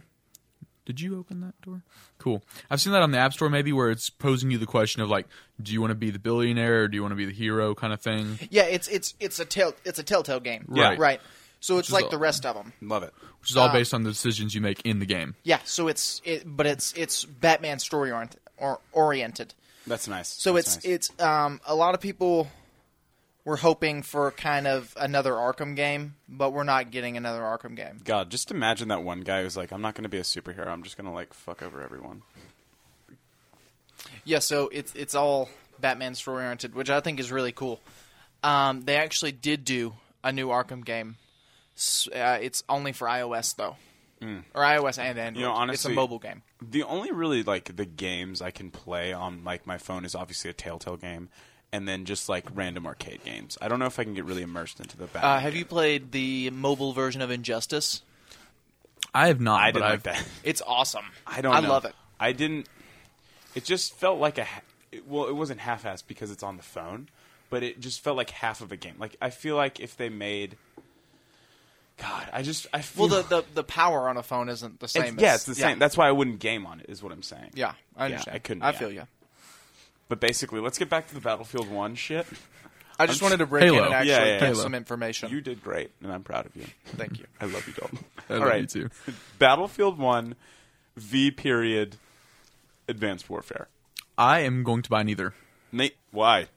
Did you open that door? Cool. I've seen that on the App Store, maybe, where it's posing you the question of like, do you want to be the billionaire or do you want to be the hero, kind of thing.
Yeah, it's it's it's a tell it's a Telltale game.
Yeah. Right.
right. So it's
is
like
a-
the rest of them.
Love it.
Which is all
Uh,
based on the decisions you make in the game.
Yeah. So it's it, but it's it's Batman story orient, or oriented.
That's nice.
So
That's
it's
nice.
it's um a lot of people were hoping for kind of another Arkham game, but we're not getting another Arkham game.
God, just imagine that one guy who's like, I'm not going to be a superhero. I'm just going to like fuck over everyone.
Yeah, so it's it's all Batman story oriented, which I think is really cool. Um, they actually did do a new Arkham game. S- Uh, it's only for iOS though, or iOS and Android.
Hmm. You know,
it's a
honestly-
mobile game.
The only really like the games I can play on like my phone is obviously a Telltale game, and then just like random arcade games. I don't know if I can get really immersed into the Batman.
Uh, have you played the mobile version of Injustice?
I have not.
I
but
didn't like
I've,
that. [laughs]
It's awesome.
I don't.
I
know.
love it.
I didn't. It just felt like a. ha- It, well, it wasn't half-assed because it's on the phone, but it just felt like half of a game. Like I feel like if they made. God, I just I
Well,
feel
the, the the power on a phone isn't the
[laughs] It's-
same.
yeah,
as,
it's the same. That's why I wouldn't game on it. Is what I'm saying.
yeah, I understand.
I couldn't,
I
yeah.
feel you.
But basically, let's get back to the Battlefield One shit.
I just wanted to break
Halo.
in and actually
Yeah, yeah,
get
Halo.
some information.
You did great, and I'm proud of you.
Thank you.
I love you, Dalton.
[laughs] I
All
love
right,
you too.
Battlefield One, V period, Advanced Warfare.
I am going to buy neither.
Nate, why?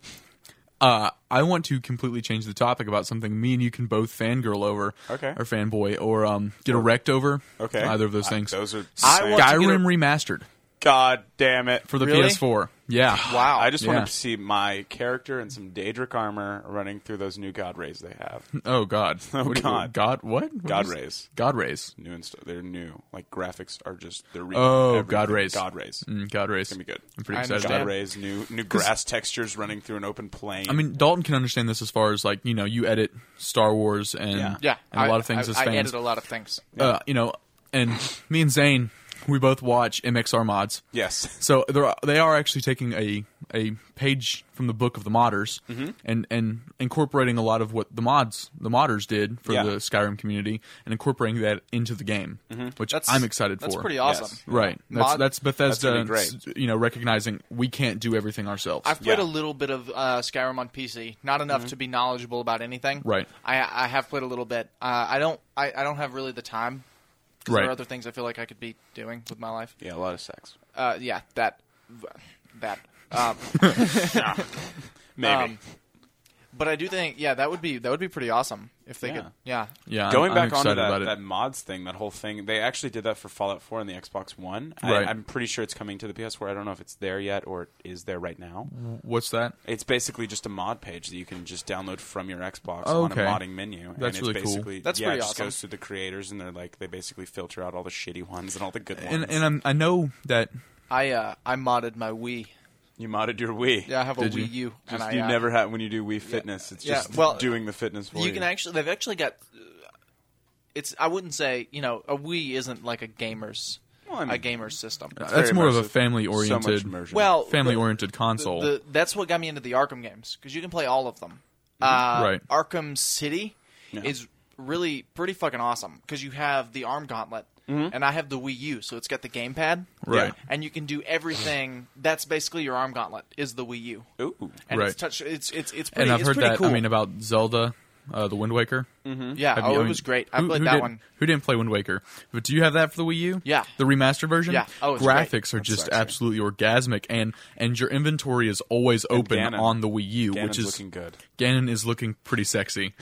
Uh, I want to completely change the topic about something me and you can both fangirl over,
Okay.
or fanboy, or um, get erect over.
Okay,
either of those
Uh,
things.
Those are
I
insane.
want- to get
Skyrim
a-
remastered
God damn it!
for the
Really?
PS4. Yeah.
Wow.
I just
Yeah.
want to see my character and some Daedric armor running through those new God rays they
[laughs]
have.
[sighs]
[laughs]
Oh God. Oh
God.
God. What? What
God
is-
rays.
God rays.
New inst- they're new. Like graphics are just they're re-
Oh, God
everything.
rays.
God rays.
Mm, God rays.
Gonna be good.
I'm pretty
I
excited.
understand.
About
God
it.
rays, new new grass textures running through an open plain.
I mean, Dalton can understand this as far as like you know, you edit Star Wars and
Yeah.
Yeah,
and a
I-
lot of things
I,
as
I
fans.
edit a lot of things.
uh, you know, and me and Zane, we both watch MXR mods.
yes.
[laughs] So they're, they are actually taking a a page from the book of the modders
Mm-hmm.
and and incorporating a lot of what the mods the modders did for
Yeah.
the Skyrim community and incorporating that into the game,
Mm-hmm.
which
That's-
I'm excited
That's
for.
pretty awesome.
Yes.
Right. That's
Mod-
that's Bethesda.
That's gonna
You know, recognizing we can't do everything ourselves.
I've played
Yeah.
a little bit of uh, Skyrim on PC, not enough to be knowledgeable about anything.
Right.
I, I have played a little bit. Uh, I don't. I, I don't have really the time. 'cause There
Right.
are other things I feel like I could be doing with my life.
Yeah, a lot of sex.
Uh, yeah. That. That.
[laughs]
Um,
Maybe.
Um, but I do think, yeah, that would be that would be pretty awesome if they
Yeah.
could. Yeah.
yeah. I'm-
Going
I'm
back onto
excited
that,
about it.
that mods thing, that whole thing, they actually did that for Fallout 4 and the Xbox One.
Right.
I, I'm pretty sure it's coming to the PS4. I don't know if it's there yet or it is there right now.
What's that?
It's basically just a mod page that you can just download from your Xbox
Oh, okay.
on a modding menu.
That's
and it's
really cool.
basically,
That's
yeah,
pretty
it just
awesome.
goes through the creators and they're like, they basically filter out all the shitty ones and all the good ones.
And and I'm, I know that
I uh, I modded my Wii.
you modded your Wii.
Yeah, I have a
Did you?
Wii U. and
Just,
I,
you
uh,
never have when you do Wii Fitness. It's
Yeah,
just
well,
doing the fitness for you.
You can actually. They've actually got. It's. I wouldn't say. You know, a Wii isn't like a gamer's.
Well, I mean-
a gamer's system.
that's
very
more of a
immersive.
family
So much
oriented,
immersion.
Well,
family
the-
oriented console.
The, that's what got me into the Arkham games because you can play all of them. Uh,
Mm-hmm. Right.
Arkham City
Yeah.
is really pretty fucking awesome because you have the arm gauntlet, and I have the Wii U, so it's got the gamepad,
Mm-hmm. Right.
And you can do everything. That's basically your arm gauntlet is the Wii U,
Ooh.
and
Right.
it's touch. It's it's it's pretty.
and I've
it's
heard
pretty
that.
Cool.
I mean, about Zelda, uh, the Wind Waker.
Mm-hmm.
yeah.
Have
oh,
you- I
it
mean,
was great. I
who-
played
who
that
didn't-
one.
Who didn't play Wind Waker? But do you have that for the Wii U?
Yeah.
the remastered version.
Yeah. Oh, it's great.
graphics are just
sucks, right?
absolutely orgasmic, and and your inventory is always open
Ganon.
on the Wii U,
Ganon's
which is
looking good.
Ganon is looking pretty sexy.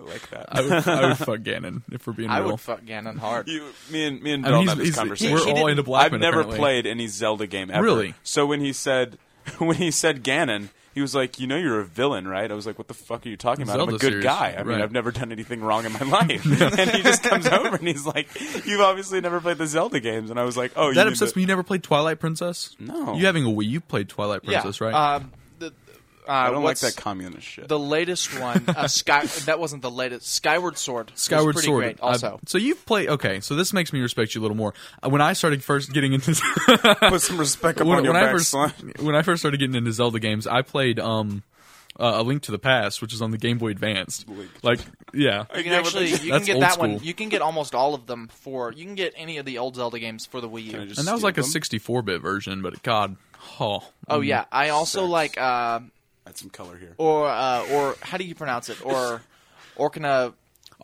I like that.
I would, I would fuck Ganon if we're being
I
real.
would fuck Ganon
[laughs]
hard.
You, me and me and
I
Bill
mean,
had this
he's, he's-
conversation.
we're
He
all
didn't-
into Blackman.
I've never
apparently.
played any Zelda game ever.
Really?
So when he said [laughs] when he said Ganon, he was like, "You know, you're a villain, right?" I was like, "What the fuck are you talking about? I'm
Zelda
a good
series,
guy. I mean,
right.
I've never done anything wrong in my [laughs]
[laughs]
life." and he just comes over and he's like, "You've obviously never played the Zelda games." And I was like, "Oh, you
That
mean
upsets
the-
me. You never played Twilight Princess?
No.
You having a Wii? You played Twilight
yeah.
Princess, right?
Um, the, uh,
I don't like
what's-
that communist shit.
The latest one, uh, Sky. that wasn't the latest. Skyward Sword. was
Skyward
pretty
Sword.
Great
I've-
also,
so you've played. Okay, so this makes me respect you a little more. Uh, When I started first getting into
[laughs]
[laughs]
Put some respect
when,
upon your
when I
back, [laughs]
first
son.
[laughs] when I first started getting into Zelda games, I played um uh, A Link to the Past, which is on the Game Boy Advanced. Like, yeah,
You can
Yeah, but
actually
that's-
you can
that's
get
old
that one.
school.
You can get almost all of them for. You can get any of the old Zelda games for the Wii U.
I just
and that was
steal
like a
them?
64-bit version. But God, oh,
oh yeah, I also
Sucks.
like uh,
Add some color here.
or uh, or how do you pronounce it?
[laughs]
Or Orkina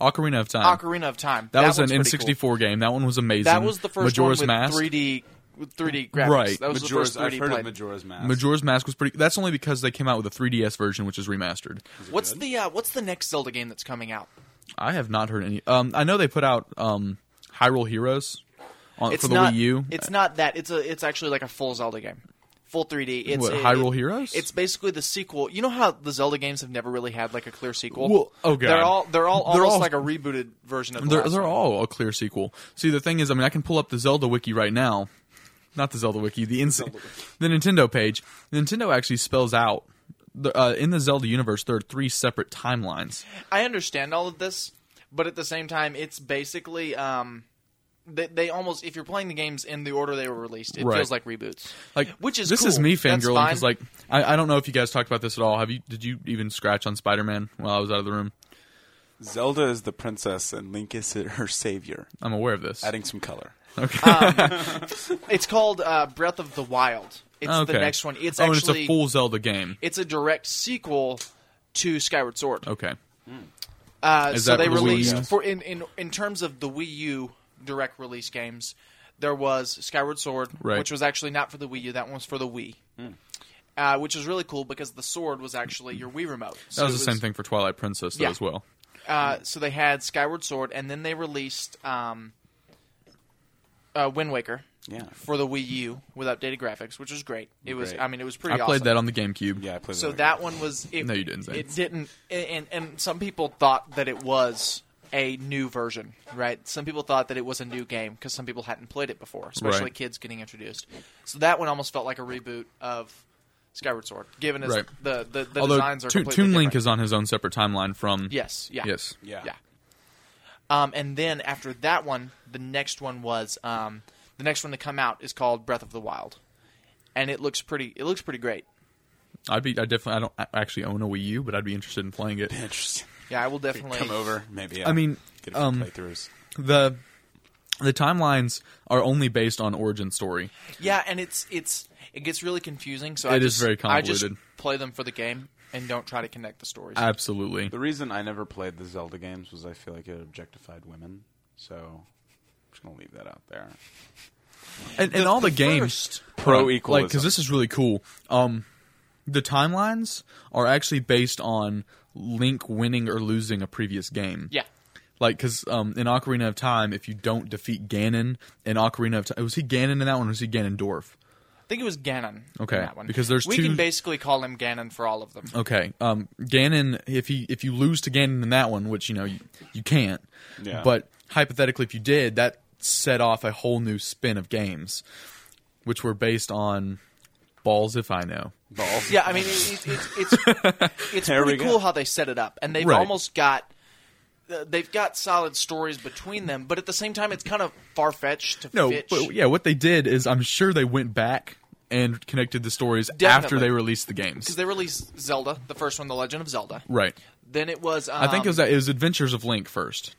Ocarina of Time.
Ocarina of Time.
that, was an
one's pretty
N64 game. That one was amazing.
Cool. That was the first
Majora's
one with
Mask.
3D with 3D graphics.
Right.
That was
Majora's,
the 1st 3D
I've heard
play.
of Majora's Mask.
Majora's Mask was pretty. That's only because they came out with a 3DS version, which is remastered.
What's the uh, what's the next Zelda game that's coming out?
I have not heard any. Um, I know they put out um, Hyrule Heroes on,
It's
Uh, for the
not,
Wii U.
It's not that. It's a. It's actually like a full Zelda game, full 3D. It's
What,
it-
Hyrule
it-
Heroes?
It's basically the sequel. You know how the Zelda games have never really had like a clear sequel.
Well, oh, God.
they're all they're all
They're
almost
all-
like a rebooted version of. The
They're,
last
they're
one.
all a clear sequel. See, the thing is, I mean, I can pull up the Zelda wiki right now. Not the Zelda wiki, the ins- the Nintendo page. Nintendo actually spells out the, uh, in the Zelda universe there are three separate timelines.
I understand all of this, but at the same time, it's basically um, they, they almost if you're playing the games in the order they were released, it
Right.
feels like reboots.
Like
Which is
this is
cool.
me
That's
fangirling because
fine.
like I, I don't know if you guys talked about this at all. Have you? Did you even scratch on Spider Man while I was out of the room?
Zelda is the princess and Link is her savior.
I'm aware of this.
Adding some color.
It's called uh, Breath of the Wild. It's
okay.
the next one. It's
oh, and
actually
it's a full Zelda game.
it's a direct sequel to Skyward Sword.
Okay,
Uh,
Is
so
that
they
for the Wii U?
released for in, in in terms of the Wii U direct release games, there was Skyward Sword,
Right.
which was actually not for the Wii U. That one was for the Wii, uh, which was really cool because the sword was actually your Wii remote. So
that was
it
the same thing for Twilight Princess though,
Yeah.
as well.
Uh, so they had Skyward Sword, and then they released um, uh, Wind Waker
Yeah.
for the Wii U with updated graphics, which was great. It was,
Great.
I mean, it was
I
pretty.
played
awesome.
that on the GameCube.
Yeah, I played
So
that
that one was it,
No, you didn't say.
It didn't, and and some people thought that it was a new version, right? Some people thought that it was a new game because some people hadn't played it before, especially
Right.
kids getting introduced. So that one almost felt like a reboot of Skyward Sword, given as
Right.
the the, the
Although
designs are
Toon,
completely
Toon Link
different.
is on his own separate timeline from
yes, yeah,
Yes.
Yeah.
yeah. Um, and then after that one, the next one was um, the next one to come out is called Breath of the Wild, and it looks pretty. It looks pretty great.
I'd be. I definitely. I don't a- actually own a Wii U, but I'd be interested in playing it.
Interesting.
Yeah, I will definitely
Come over, maybe.
uh,
I mean,
get a few
um,
playthroughs.
the the timelines are only based on origin story.
Yeah, and it's it's it gets really confusing. So I
It is
just,
very
I
convoluted. Uh,
just play them for the game and don't try to connect the stories.
Absolutely.
The reason I never played the Zelda games was I feel like it objectified women, so I'm just gonna leave that out there.
And, and all the, games
first-
Pro
like because
equalism.
this is really cool. Um, the timelines are actually based on Link winning or losing a previous game.
yeah,
Like, because um, in Ocarina of Time, if you don't defeat Ganon in Ocarina of Time, was he Ganon in that one or was he Ganondorf?
I think it was Ganon.
Okay,
in that one.
because there's
we
two-
can basically call him Ganon for all of them.
Okay. Um, Ganon, if he if you lose to Ganon in that one, which you know you, you can't,
Yeah.
but hypothetically, if you did, that set off a whole new spin of games, which were based on balls. If I know,
[laughs] Balls.
Yeah, I mean it, it, it's
[laughs]
it's it's
There we
pretty
go.
cool how they set it up, and they've
Right.
almost got. uh, They've got solid stories between them, but at the same time, it's kind of far fetched to
no,
fit.
but yeah, what they did is I'm sure they went back and connected the stories after
Definitely.
they released the games.
because they released Zelda, the first one, The Legend of Zelda.
right.
Then it was um,
I think it was that it was Adventures of Link first.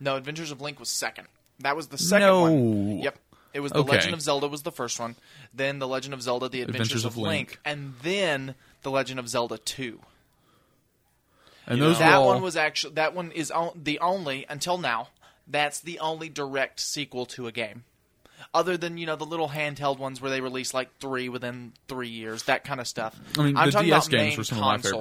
No, Adventures of Link was second. That was the second
No.
one. Yep. It was The
Okay.
Legend of Zelda was the first one. Then The Legend of Zelda, The Adventures,
Adventures
of,
of
Link.
Link.
and then The Legend of Zelda 2.
And those were
That
all,
one was actually that one is on, the only until now. That's the only direct sequel to a game. Other than, you know, the little handheld ones where they release like 3 within 3 years, that kind of stuff.
I mean,
I'm
the
talking
DS
about
games
main
were some of my
consoles.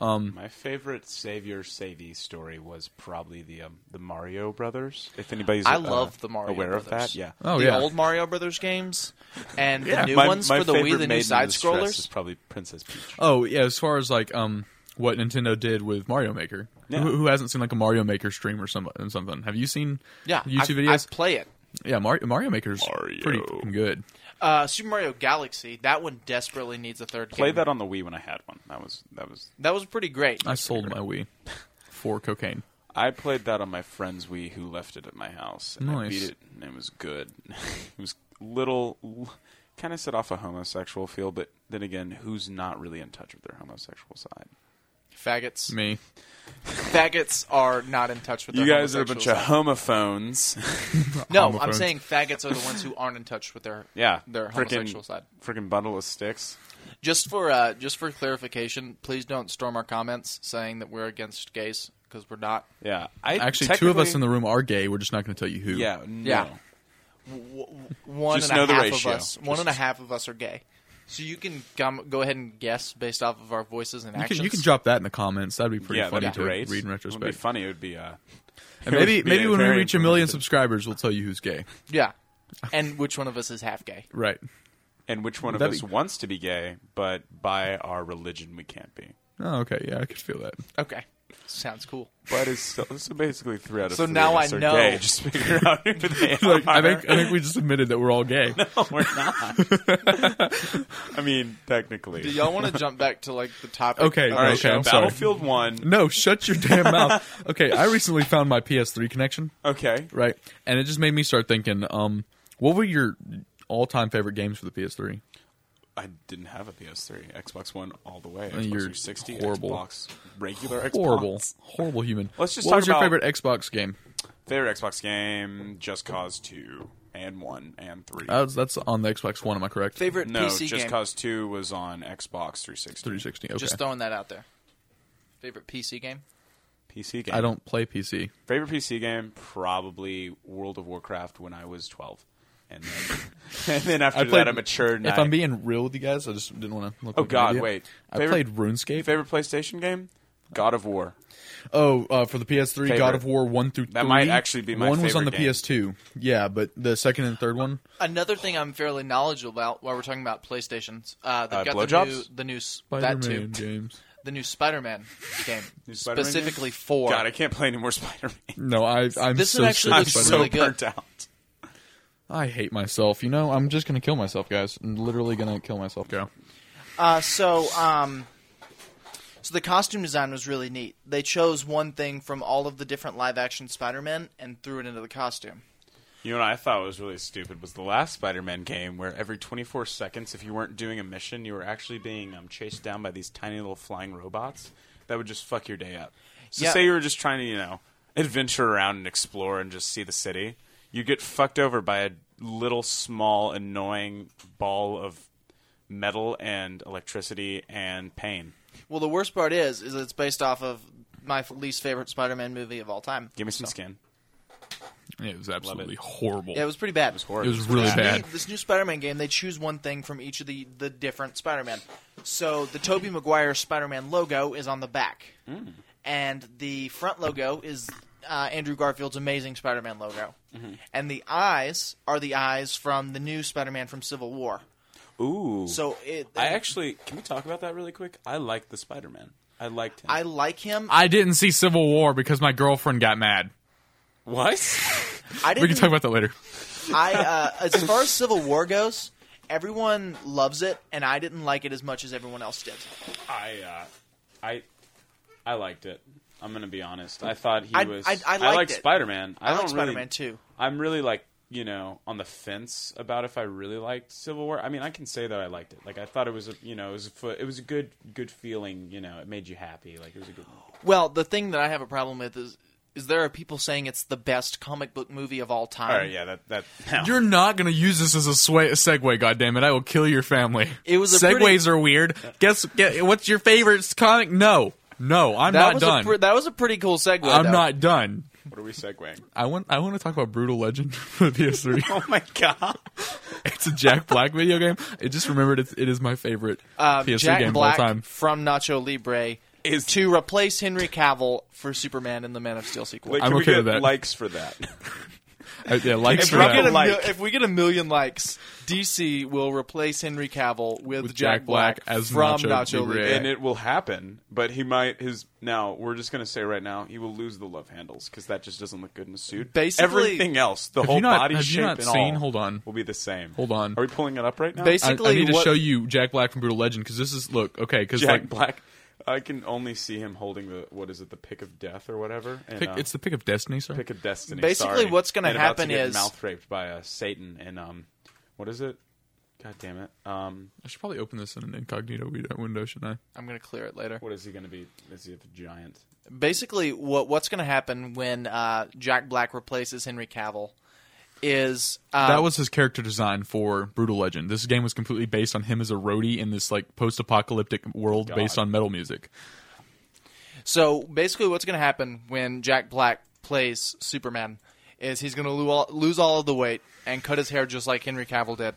favorites.
My favorite savior savey story was probably the um, the Mario Brothers. If anybody's
I
uh,
love the Mario
aware of
Brothers.
that, yeah.
Oh,
the
yeah.
old Mario Brothers games and
Yeah.
the new
my,
ones
my
for the
favorite
Wii, the
Maiden
new
in
side
Distress
scrollers.
is probably Princess Peach.
Oh yeah, as far as like um, what Nintendo did with Mario Maker.
Yeah.
Who, who hasn't seen like a Mario Maker stream or some, or something? Have you seen
Yeah,
YouTube
I,
videos?
I play it.
yeah, Mario, Mario Maker's pretty fucking good.
Uh, Super Mario Galaxy, that one desperately needs a third
Played
game.
that on the Wii when I had one. That was that was.
That was pretty great.
I sold my Wii for cocaine.
I played that on my friend's Wii, who left it at my house, and I
Nice.
beat it, and it was good. [laughs] it was little, kind of set off a homosexual feel, but then again, who's not really in touch with their homosexual side?
Faggots.
Me,
Faggots are not in touch with
You
their
guys are a bunch of
homosexual
homophones.
side. No, I'm
homophones.
saying faggots are the ones who aren't in touch with their
[laughs] yeah,
their homosexual side.
Freaking bundle of sticks.
Just for uh, just for clarification, please don't storm our comments saying that we're against gays because we're not.
Yeah, I
actually, two of us in
technically-
the room are gay. We're just not going to tell you who.
yeah, no.
Yeah. W- w- One
Just
and a
know the
half
ratio.
of us. One and a
Just-
half of us are gay. So you can gum- go ahead and guess based off of our voices and
You
actions.
can, you can drop that in the comments. That'd be pretty
yeah,
funny
that'd be
to
great.
read
It would be [laughs]
in retrospect.
funny. It would be. Uh,
And
it
maybe
would be
maybe when we
very
reach a million
informative.
subscribers, we'll tell you who's gay.
Yeah, and which one of us is half gay?
Right.
and which one of
That'd
us
be-
wants to be gay, but by our religion we can't be.
Oh, okay. Yeah, I could feel
[laughs]
that.
Okay, sounds cool.
But it's still, so basically three out of
So
three
now
of
I
us are
know.
gay. Just figure out who
[laughs]
they are.
I think I think we just admitted that we're
[laughs]
all gay.
we're not.
[laughs]
I mean, technically.
Do y'all want to jump back to like the topic?
Okay,
of
all
the
right,
show?
I'm sorry.
Battlefield One.
No, shut your damn mouth. Okay, I recently found my PS3 connection.
Okay.
Right. And it just made me start thinking, um, what were your all time favorite games for the PS3?
I didn't have a PS3, Xbox One all the way,
And
Xbox
you're
360,
horrible.
Xbox regular
Horrible.
Xbox.
Horrible human.
Let's just
what
talk
was your
about-
favorite Xbox game?
Favorite Xbox game: Just Cause Two and One and Three.
Uh, That's that's on the Xbox One, am I correct?
Favorite
no,
PC
Just
game?
Cause Two was on Xbox 360.
three sixty. Okay.
Just throwing that out there. Favorite PC game?
PC game.
I don't play PC.
Favorite PC game probably World of Warcraft when I was 12, and
[laughs]
then, and then after that I matured. And
If
I,
I'm being real with you guys, I just didn't want to look
oh
like an
God,
idiot.
wait.
I
Favorite-
played RuneScape.
favorite PlayStation game, God of War.
Oh, uh, for the PS3, God
Favorite.
of War one through
That
three.
might actually be my
one was on the
favorite game.
PS2. Yeah, but the second and third one.
Another thing I'm fairly knowledgeable about while we're talking about PlayStations, uh, they've
Uh,
got the
blowjobs?
new, the new s- that
Spider-Man
too,
games.
the new Spider-Man game,
[laughs] New Spider-Man game?
specifically four.
God, I can't play [laughs] any more Spider Man.
No, I I'm
This
so
one actually
sick of
I'm
looks
Spider-Man.
so
really good.
burnt out.
I hate myself. You know, I'm just gonna kill myself, guys. I'm literally gonna kill myself. Go.
Uh, so, um, so the costume design was really neat. They chose one thing from all of the different live-action Spider-Man and threw it into the costume.
You know what I thought was really stupid was the last Spider-Man game where every 24 seconds, if you weren't doing a mission, you were actually being um, chased down by these tiny little flying robots that would just fuck your day up. So
Yeah.
say you were just trying to, you know, adventure around and explore and just see the city, you get fucked over by a little small annoying ball of metal and electricity and pain.
Well, the worst part is, is it's based off of my f- least favorite Spider-Man movie of all time.
Give me some
So-
skin.
It was absolutely horrible.
Yeah, it was pretty bad.
It was horrible.
It was really
this
bad.
New, this new Spider-Man game, they choose one thing from each of the the different Spider-Man. So the Tobey Maguire Spider-Man logo is on the back,
Hmm.
and the front logo is uh, Andrew Garfield's amazing Spider-Man logo,
Mm-hmm.
and the eyes are the eyes from the new Spider-Man from Civil War.
Ooh.
So it,
I actually can we talk about that really quick? I liked the Spider-Man. I liked him.
I like him. I,
I didn't see Civil War because my girlfriend got mad.
[laughs]
what?
We
didn't.
can talk about that later. [laughs]
I uh, as far as Civil War goes, everyone loves it, and I didn't like it as much as everyone else did.
I uh, I I liked it. I'm gonna be honest. I thought he
I-
was.
I- I liked
like
it.
Spider Man. I,
I,
don't
like
really-
Spider-Man too.
I'm really like you know on the fence about if I really liked Civil War. I mean, I can say that I liked it. Like I thought it was a you know it was a fu- it was a good good feeling. You know, it made you happy. Like it was a good.
Well, the thing that I have a problem with is is there are people saying it's the best comic book movie of all time.
All right, yeah, that that. no.
You're not gonna use this as a, sway, a segue, goddammit! I will kill your family.
It was a
segues
pretty-
are weird. Guess get, what's your favorite comic? No, no, I'm
That
not
was
done.
a pre- that was a pretty cool segue.
I'm
though.
not done.
what are we segueing?
I want I want to talk about Brutal Legend [laughs] for the PS3.
[laughs] Oh my god!
[laughs] it's a Jack Black video game. It just remembered it's, it is my favorite
Uh,
Um,
PS3
Jack
game
Black
of all time.
from Nacho Libre
Is-
to replace Henry Cavill for Superman in the Man of Steel sequel.
Like,
I'm
can we
okay
get
with that.
Likes for that.
Uh, yeah, likes
if,
for
we get
that.
a
like-
mil- if we get a million likes, DC will replace Henry Cavill with,
Jack Black as
from
Nacho
Nacho
Libre.
Libre.
and it will happen. But he might his now. We're just gonna say right now he will lose the love handles because that just doesn't look good in a suit.
Basically-
everything else, the
Have
whole
you not-
body
have you
shape
not
and
seen-
all,
hold on.
will be the same.
Hold on.
Are we pulling it up right now?
Basi-
I, I need to
What-
show you Jack Black from Brutal Legend because this is look okay because
Jack
like
Black. I can only see him holding the what is it, the pick of death or whatever. And,
pick,
uh,
it's the pick of destiny, sir.
pick of destiny.
Basically,
sorry.
what's gonna
And about
happen
to get
is-
mouth raped by uh, Satan and um, what is it? God damn it! Um,
I should probably open this in an incognito wi- window, shouldn't I?
I'm gonna clear it later.
what is he gonna be? Is he a giant?
basically what what's going to happen when uh, Jack Black replaces Henry Cavill is uh,
that was his character design for Brutal Legend. This game was completely based on him as a roadie in this like post-apocalyptic world based on metal music.
so basically what's going to happen when Jack Black plays Superman is he's going to lo- lose all of the weight and cut his hair just like Henry Cavill did.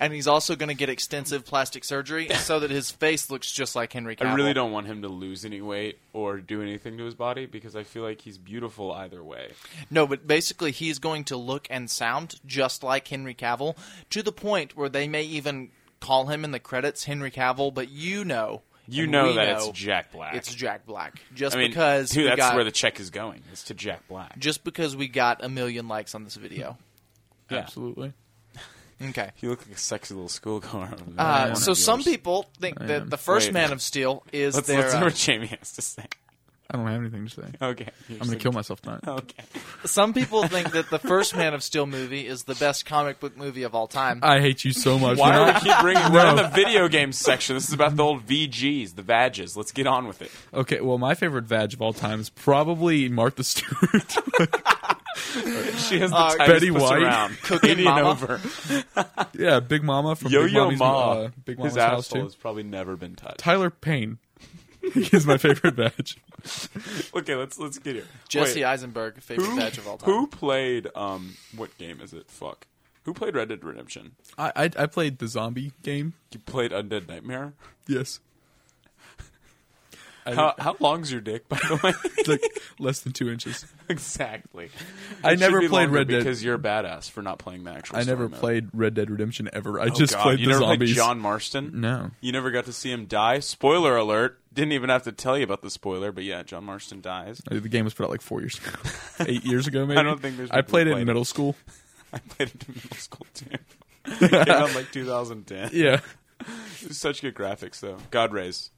And he's also going to get extensive plastic
[laughs]
surgery so that his face looks just like Henry Cavill.
I really don't want him to lose any weight or do anything to his body because I feel like he's beautiful either way.
No, but basically he's going to look and sound just like Henry Cavill to the point where they may even call him in the credits Henry Cavill, but you know,
You
and
know
we
that it's Jack Black.
It's Jack Black. Just
I mean,
because
dude,
we
that's
got,
where the check is going. It's to Jack Black.
just because we got a million likes on this
[laughs]
video.
Yeah.
Absolutely.
Okay.
You look like a sexy little schoolgirl. [laughs]
Uh, so some people think that
am.
the first
Wait.
Man of Steel is
Let's,
their
let's hear
uh,
what Jamie has to say.
I don't have anything to say.
Okay,
I'm gonna kill myself tonight.
[laughs] Okay,
some people
[laughs]
think that the first Man of Steel movie is the best comic book movie of all time.
I hate
[laughs]
you so much.
why
You're
do we
not-
keep bringing? We're in
No.
the video game section. This is about the old VGs, the Vages. Let's get on with it.
Okay, well, my favorite vag of all time is probably Martha Stewart.
She has the
Uh,
tightest
Betty
puss
[laughs]
White.
around.
Cooking
Leaning
Mama.
over.
yeah, Big Mama from
Yo
Big
Yo
Mommy's,
Ma.
uh, Big Mama's
His
house
asshole
too.
has probably never been touched.
Tyler Payne. [laughs] he is my favorite vag.
Okay, let's let's get here.
Jesse
Wait.
Eisenberg, favorite
who,
badge of all time.
who played um what game is it? Fuck. Who played Red Dead Redemption?
I, I I played the zombie game.
You played Undead Nightmare?
Yes. I-
How how long's your dick, by the
[laughs]
way?
it's like [laughs] less than two inches.
exactly. It
I
should
never
be
played
longer
Red Dead.
because you're a badass for not playing the actual
I
story
never
mode.
played Red Dead Redemption ever. I
Oh,
just
God.
played
you
the
never
zombies.
Played John Marston?
No.
You never got to see him die? Spoiler alert. Didn't even have to tell you about the spoiler, but yeah, John Marston dies. [laughs]
I think Uh, The game was put out like four years ago, [laughs] eight years ago maybe.
don't think there's
[laughs] I
people who
played it
played
in
it.
middle [laughs] school.
I played it in middle school too. [laughs] it came out in, like 2010.
Yeah,
Such good graphics, though. God rays.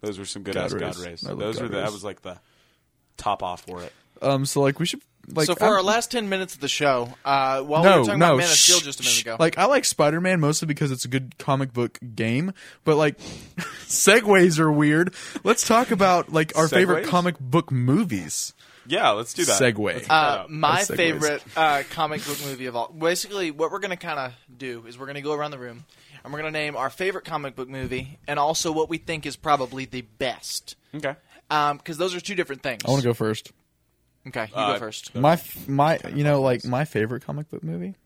Those were some good ass
God
God
Rays.
rays.
I love
Those
God
were the, that
Rays.
was like the top off for it.
Um, so like we should Like,
so for
I'm-
our last ten minutes of the show, uh, while we
no,
were talking
no,
about Man of
shh,
Steel just a minute
shh.
ago,
Like I like Spider-Man mostly because it's a good comic book game, but like [laughs] segues are weird. Let's talk about like our favorite
Segues?
comic book movies.
Yeah, let's do that.
Segue.
Let's look that
uh,
up.
my
That's segues.
favorite uh, comic book movie of all. Basically, what we're gonna kind of do is we're gonna go around the room and we're gonna name our favorite comic book movie and also what we think is probably the best.
okay.
Because those are two different things.
I want to go first.
Okay, you
Uh,
go first.
My f- my you know like my favorite comic book movie. [laughs]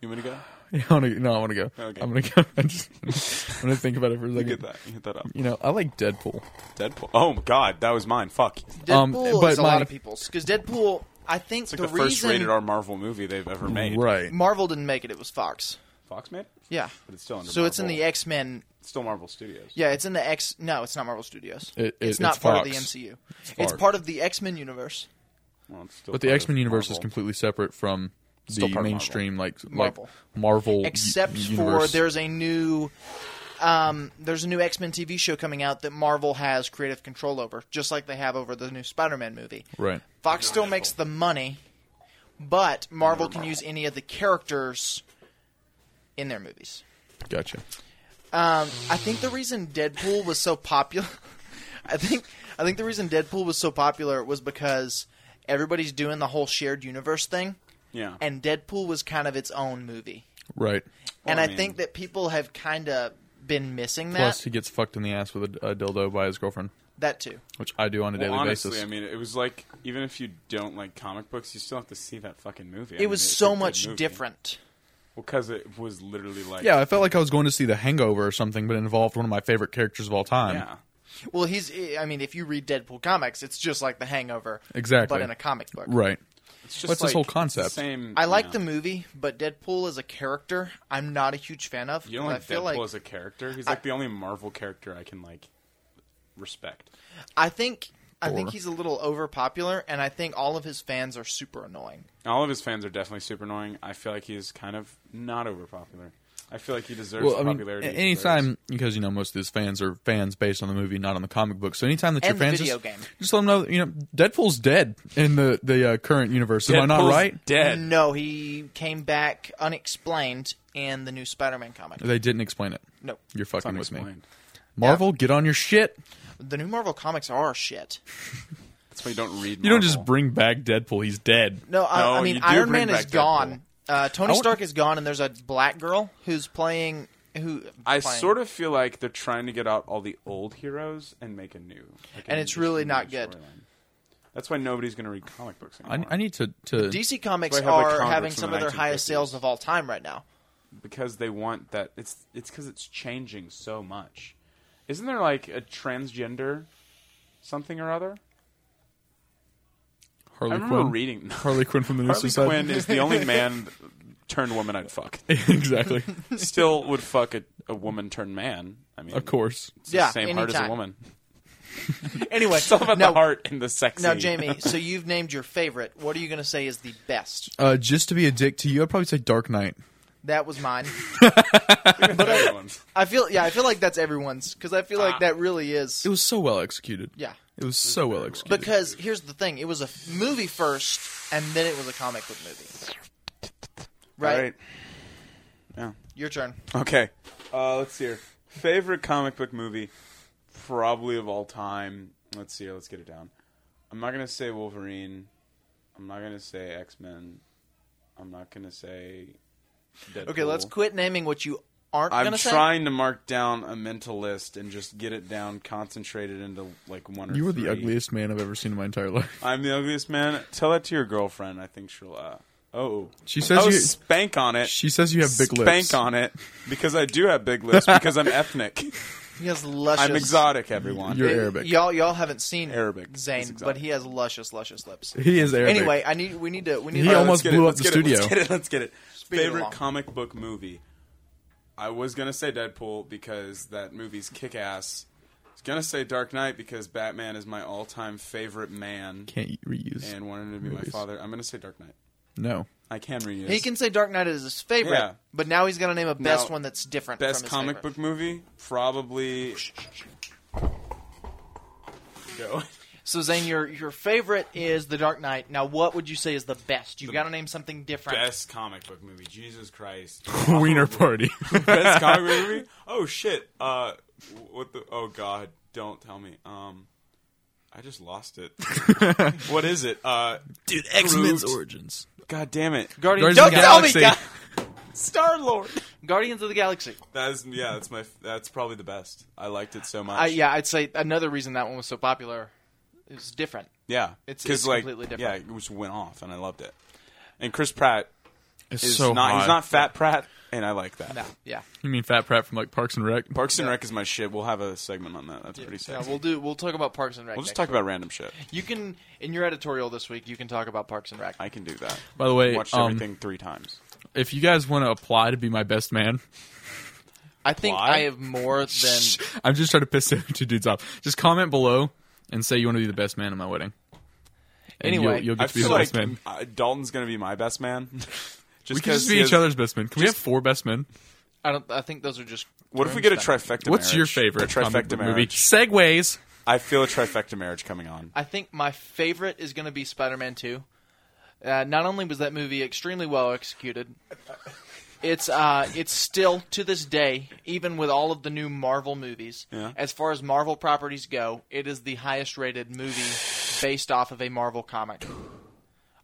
You want to go?
Yeah, I wanna, no, I want to go.
Okay.
I'm gonna go. [laughs] I just, I'm gonna think about it for a second.
Get that. Hit that up.
You know, I like Deadpool.
Deadpool. Oh God, that was mine. Fuck. It's
Deadpool
um, but
is a
my-
lot of people's because Deadpool. I think
like
the,
the, first
reason
rated R Marvel movie they've ever made.
Right.
Marvel didn't make it, it was Fox.
Fox made it.
Yeah,
But it's still under.
so it's in
Marvel.
the X Men
It's still Marvel Studios.
Yeah, it's in the X. No, it's not Marvel Studios.
It- it-
it's not
it's
part of
Fox.
the MCU. It's,
Fox.
part of the X Men universe.
Well, it's still
But the
part
X Men
of
universe is
Marvel.
completely separate from
Still
the
part of
mainstream like
Marvel.
like Marvel. u-
Except for
universe.
there's a new, um, there's a new X Men TV show coming out that Marvel has creative control over, just like they have over the new Spider Man movie.
right.
Fox still makes the money, but Marvel can use any of the characters in their movies.
Gotcha.
Um, I think the reason Deadpool was so popular, [laughs] I think I think the reason Deadpool was so popular was because everybody's doing the whole shared universe thing,
Yeah.
and Deadpool was kind of its own movie.
Right.
and I,
I mean-
think that people have kind of been missing that
Plus, he gets fucked in the ass with a, a dildo by his girlfriend,
that too.
which I do on a
Well,
daily
honestly,
basis.
I mean, it was like even if you don't like comic books, you still have to see that fucking movie. I
It
mean,
was
it's a
so
good
much
movie.
different.
Well, because it was literally like
yeah, I felt like I was going to see The Hangover or something, but it involved one of my favorite characters of all time.
yeah.
Well, he's I mean, if you read Deadpool comics, it's just like The Hangover,
Exactly.
but in a comic book.
Right.
It's just
What's
like,
this whole
it's the
concept?
Same.
I like
yeah.
the movie, but Deadpool as a character, I'm not a huge fan of.
You don't
I
like
feel
Deadpool
like
as a character. He's like the only Marvel character I can like respect.
I think I think
Or-
he's a little overpopular, and I think all of his fans are super annoying.
All of his fans are definitely super annoying. I feel like he's kind of not overpopular. I feel like he deserves
Well,
the
I mean,
popularity.
a-
he deserves.
anytime because you know most of his fans are fans based on the movie, not on the comic book. So anytime that
And
your
the
fans
video
just,
game.
just let them know, that, you know, Deadpool's dead in the the uh, current universe. Am I not
Deadpool's
right?
Dead.
No, he came back unexplained in the new Spider-Man comic.
They didn't explain it.
No,
You're
It's
fucking with me.
unexplained.
Marvel, get on your shit.
the new Marvel comics are shit.
That's why you don't read.
You don't just
Marvel.
bring back Deadpool. He's dead.
No, I,
No,
I
you
mean
do
Iron
bring
Man is
back Deadpool.
gone. Uh, Tony
I wa-
Stark is gone, and there's a black girl who's playing. Who
I sort of feel like they're trying to get out all the old heroes and make a new. like,
And
a
it's
new-
really
new
not good.
storyline. That's why nobody's going to read comic books
I,
anymore.
I need to to
DC Comics
They have their
are
comic
having
books
some
from
of
the
their highest
1950s.
sales of all time right now.
because they want that. It's it's because it's changing so much. Isn't there like a transgender something or other?
Harley
I remember
Quinn.
reading. [laughs]
Harley Quinn from the New
Harley
Society.
Quinn is the only man [laughs] turned woman I'd
[laughs]
fuck.
exactly.
Still would fuck a, a woman turned man. I mean,
Of course.
it's the
Yeah,
same heart as a
anytime.
woman.
[laughs]
[laughs]
Anyway,
It's all about
now,
the heart and the sex.
now
[laughs]
Jamie, so you've named your favorite. What are you going to say is the best?
Uh, just to be a dick to you, I'd probably say Dark Knight.
That was mine. I feel yeah, I feel like that's everyone's because I feel
Ah.
like that really is
It was so well executed.
yeah.
It was so well executed.
Because here's the thing: it was a f- movie first, and then it was a comic book movie. Right.
Yeah.
Your turn.
Okay. Uh, let's see here. Favorite comic book movie, probably of all time. Let's see here. Let's get it down. I'm not gonna say Wolverine. I'm not gonna say X Men. I'm not gonna say. Deadpool.
Okay, let's quit naming what you aren't
I'm
going to say.
trying to mark down a mental list and just get it down, concentrated into like one or.
you were
three.
the ugliest man I've ever seen in my entire life. [laughs]
I'm the ugliest man. Tell that to your girlfriend. I think she'll. Uh, oh,
She says
oh,
you-
spank on it.
She says you have big
spank
lips.
on it because I do have big lips because
[laughs]
I'm ethnic.
He has luscious.
I'm exotic, everyone.
You're- Arabic.
Y'all, y'all haven't seen
Arabic. He's
Zane,
exotic.
but he has luscious, luscious lips.
[laughs] He is Arabic.
Anyway, I need. We need to. We need.
He
to,
All right,
almost
let's get it,
blew up
let's
the
get it, let's
studio.
get it. Let's get it.
[laughs] Speed it
Favorite
along.
comic book movie. I was gonna say Deadpool because that movie's kick ass. I was gonna say Dark Knight because Batman is my all time favorite man
Can't you reuse.
and wanted to be my
Movies.
father. I'm gonna say Dark Knight.
no.
I can reuse.
He can say Dark Knight is his favorite,
Yeah.
but now he's going to name a best
Now,
one that's different.
Best
from his
comic
favorite. [laughs]
book movie? Probably. Go. [laughs]
So Zane, your your favorite is The Dark Knight. Now, what would you say is the best? You got to name something different.
Best comic book movie. Jesus Christ.
[laughs] Wiener party.
[laughs]
[laughs]
Best comic book movie. Oh shit. Uh, what the? Oh god. Don't tell me. Um, I just
[laughs]
lost it. what is it? Uh,
Dude,
X-Men's
origins.
god damn it.
Guardians,
Guardians
don't
of the
tell me,
Galaxy.
Star Lord.
Gu- Guardians of the Galaxy.
That is yeah. That's my. That's probably the best. I liked it so much.
I, yeah, I'd say another reason that one was so popular is different.
Yeah,
It's-
'cause,
it's
like,
completely different.
Yeah, it just went off, and I loved it. And Chris Pratt
It's
is
so
not.
hot.
He's not Fat Pratt, and I like that.
No, yeah,
You mean Fat Pratt from like Parks and Rec?
Parks and Rec is my shit. We'll have a segment on that. That's pretty sexy.
yeah.
we'll,
We'll do. We'll talk about Parks and Rec.
just
next
talk
week.
about random shit.
You can in your editorial this week. You can talk about Parks and Rec.
I can do that.
By the way,
Watched
um,
everything three times.
if you guys want to apply to be my best man,
I think
Why?
I have more than [laughs]
[laughs] I'm just trying to piss the other two dudes off. Just comment below and say you want to be the best man at my wedding. And
Anyway,
you'll, you'll
I
get to be
feel
the
like
best man.
uh, Dalton's gonna be my best man. [laughs]
We
just
can just
because
be each other's best men. Can we have four best men?
I don't. I think those are just.
What if we get a
terms that-
trifecta?
What's
marriage?
your favorite
A
comic
trifecta
book
marriage.
movie? Segways.
I feel a trifecta marriage coming on.
I think my favorite is going to be Spider-Man Two. Uh, not only was that movie extremely well
[laughs]
executed, it's uh, it's still to this day, even with all of the new Marvel movies,
Yeah.
as far as Marvel properties go, it is the highest-rated movie based off of a Marvel comic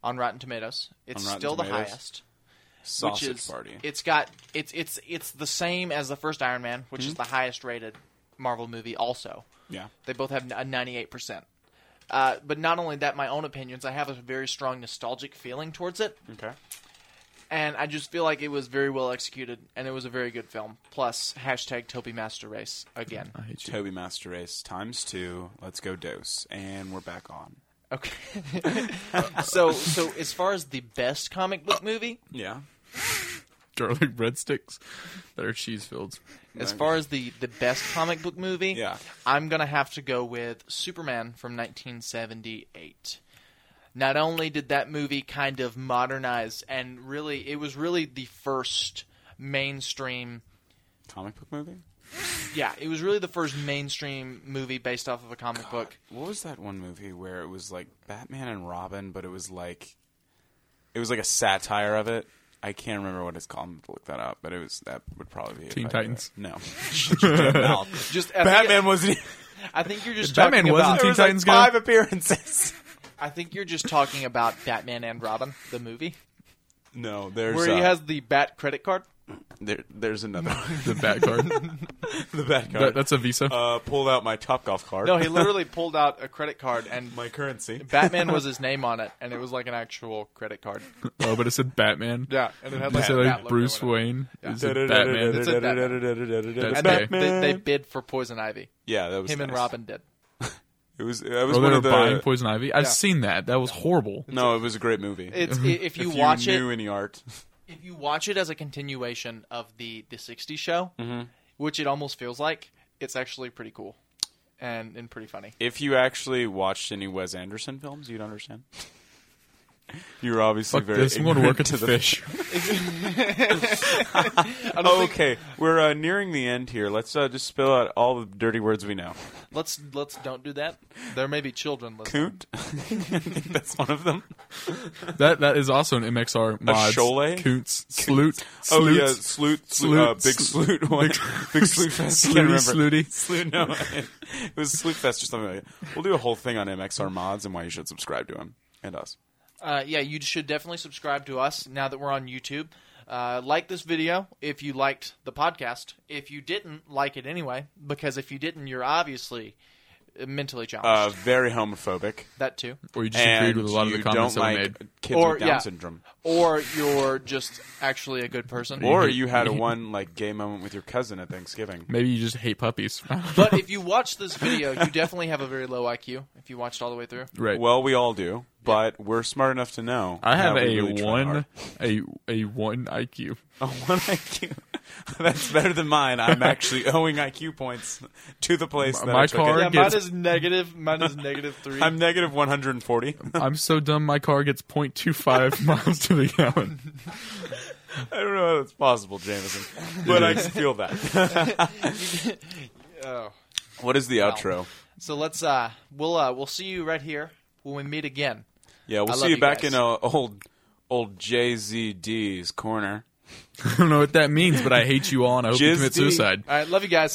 on Rotten Tomatoes. It's
On Rotten
still the
Tomatoes?
highest. which
Sausage
is
party.
it's got it's it's it's the same as the first Iron Man, which
Hmm?
is the highest rated Marvel movie. Also,
yeah.
they both have a ninety eight percent. Uh, But not only that, my own opinions. I have a very strong nostalgic feeling towards it,
Okay.
and I just feel like it was very well executed, and it was a very good film. Plus, hashtag Toby Master Race again.
I [laughs] hate you.
Toby Master Race times two. Let's go dose, and we're back on.
Okay. [laughs] so so as far as the best comic book movie,
Yeah.
Garlic breadsticks that are cheese filled.
as far as the the best comic book movie,
Yeah.
I'm gonna have to go with Superman from 1978. Not only did that movie kind of modernize and really, it was really the first mainstream.
Comic book movie.
Yeah, it was really the first mainstream movie based off of a comic book.
What was that one movie where it was like Batman and Robin, but it was like it was like a satire of it? I can't remember what it's called. I'm gonna look that up, but it was that would probably be if
Teen
I did
Titans.
it. No, [laughs] Shut your mouth.
Just I
Batman
Think,
wasn't.
[laughs]
Even,
I think you're just
Batman
talking
wasn't
about.
there
Teen
was like
Titans Go?
five appearances.
I think you're just talking about Batman and Robin, the movie,
[laughs] No, there's
where he
uh,
has the Bat credit card.
there, there's
[laughs]
another [laughs] one.
The bat card.
[laughs] the bad card.
that, that's a visa.
uh, pulled out my top golf card.
No, he literally pulled out a credit card and
[laughs] my currency.
[laughs] Batman was his name on it, and it was like an actual credit card.
oh, but it said Batman.
Yeah, and it had
They
like,
said
a
like
bat logo
Bruce
on it.
Wayne. It said Batman.
It's a Batman.
That's
And
Batman.
they,
Okay.
they, they bid for Poison Ivy.
Yeah, that was
Him and
nice.
Robin did.
It was. That was
Oh, they
one
were
of the.
buying poison ivy. I've
Yeah.
seen that. That was horrible.
no, it was a great movie.
It's i- if you
if
watch
you knew
it, [laughs]
any art.
if you watch it as a continuation of the the '60s show, which it almost feels like, it's actually pretty cool and and pretty funny.
if you actually watched any Wes Anderson films,
[laughs]
you'd understand. You were obviously
Fuck
very.
this. I'm going to
ignorant
work at the fish.
okay, we're uh, nearing the end here. Let's uh, just spill out all the dirty words we know.
Let's let's don't do that. There may be children listening.
[laughs] Coot, that's one of them.
That that is also an MXR mod.
Cholet? [laughs]
Coots. Sloot.
Oh
Sloot.
yeah, Sloot,
Sloot,
uh, Big
Sl-
Sloot, [laughs] one. Big Sloot Fest. I can't remember.
Slooty, Slooty.
Sloot, [laughs] no, it was Sloot Fest or something like that. We'll do a whole thing on MXR mods and why you should subscribe to him and us.
Uh, yeah, you should definitely subscribe to us now that we're on YouTube. Uh, like this video if you liked the podcast. If you didn't, like it anyway, because if you didn't, you're obviously uh, mentally
Uh,
challenged.
very homophobic.
that too.
Or you just
And
agreed with a lot of the
you
comments that
don't
we
like
made.
kids
Or-
with Down
yeah.
syndrome.
Or you're just actually a good person.
Or you had a one like gay moment with your cousin at Thanksgiving.
Maybe you just hate puppies. [laughs]
but if you watch this video, you definitely have a very low IQ if you watched all the way through.
right.
Well, we all do, but we're smart enough to know.
I have
that
a
we really try
one
hard.
a a one IQ.
[laughs] A one IQ. That's better than
[laughs]
mine. I'm actually owing IQ points to the place
My-
that
my
I took
car-
it.
Yeah,
Or
mine
gets-
is negative. Mine is negative three.
I'm negative 140.
I'm so dumb. My car gets 0.25 [laughs] miles to the gallon.
[laughs] I don't know how that's possible, Jameson, but I
is.
feel that.
[laughs] oh.
What is the outro?
So let's uh we'll uh we'll see you right here when we meet again.
Yeah,
I
we'll
love
see you
you
back
guys.
in uh, old old JZD's corner.
I don't know what that means, but I hate you all and I hope you commit
Jizz D.
suicide.
All right, love you guys.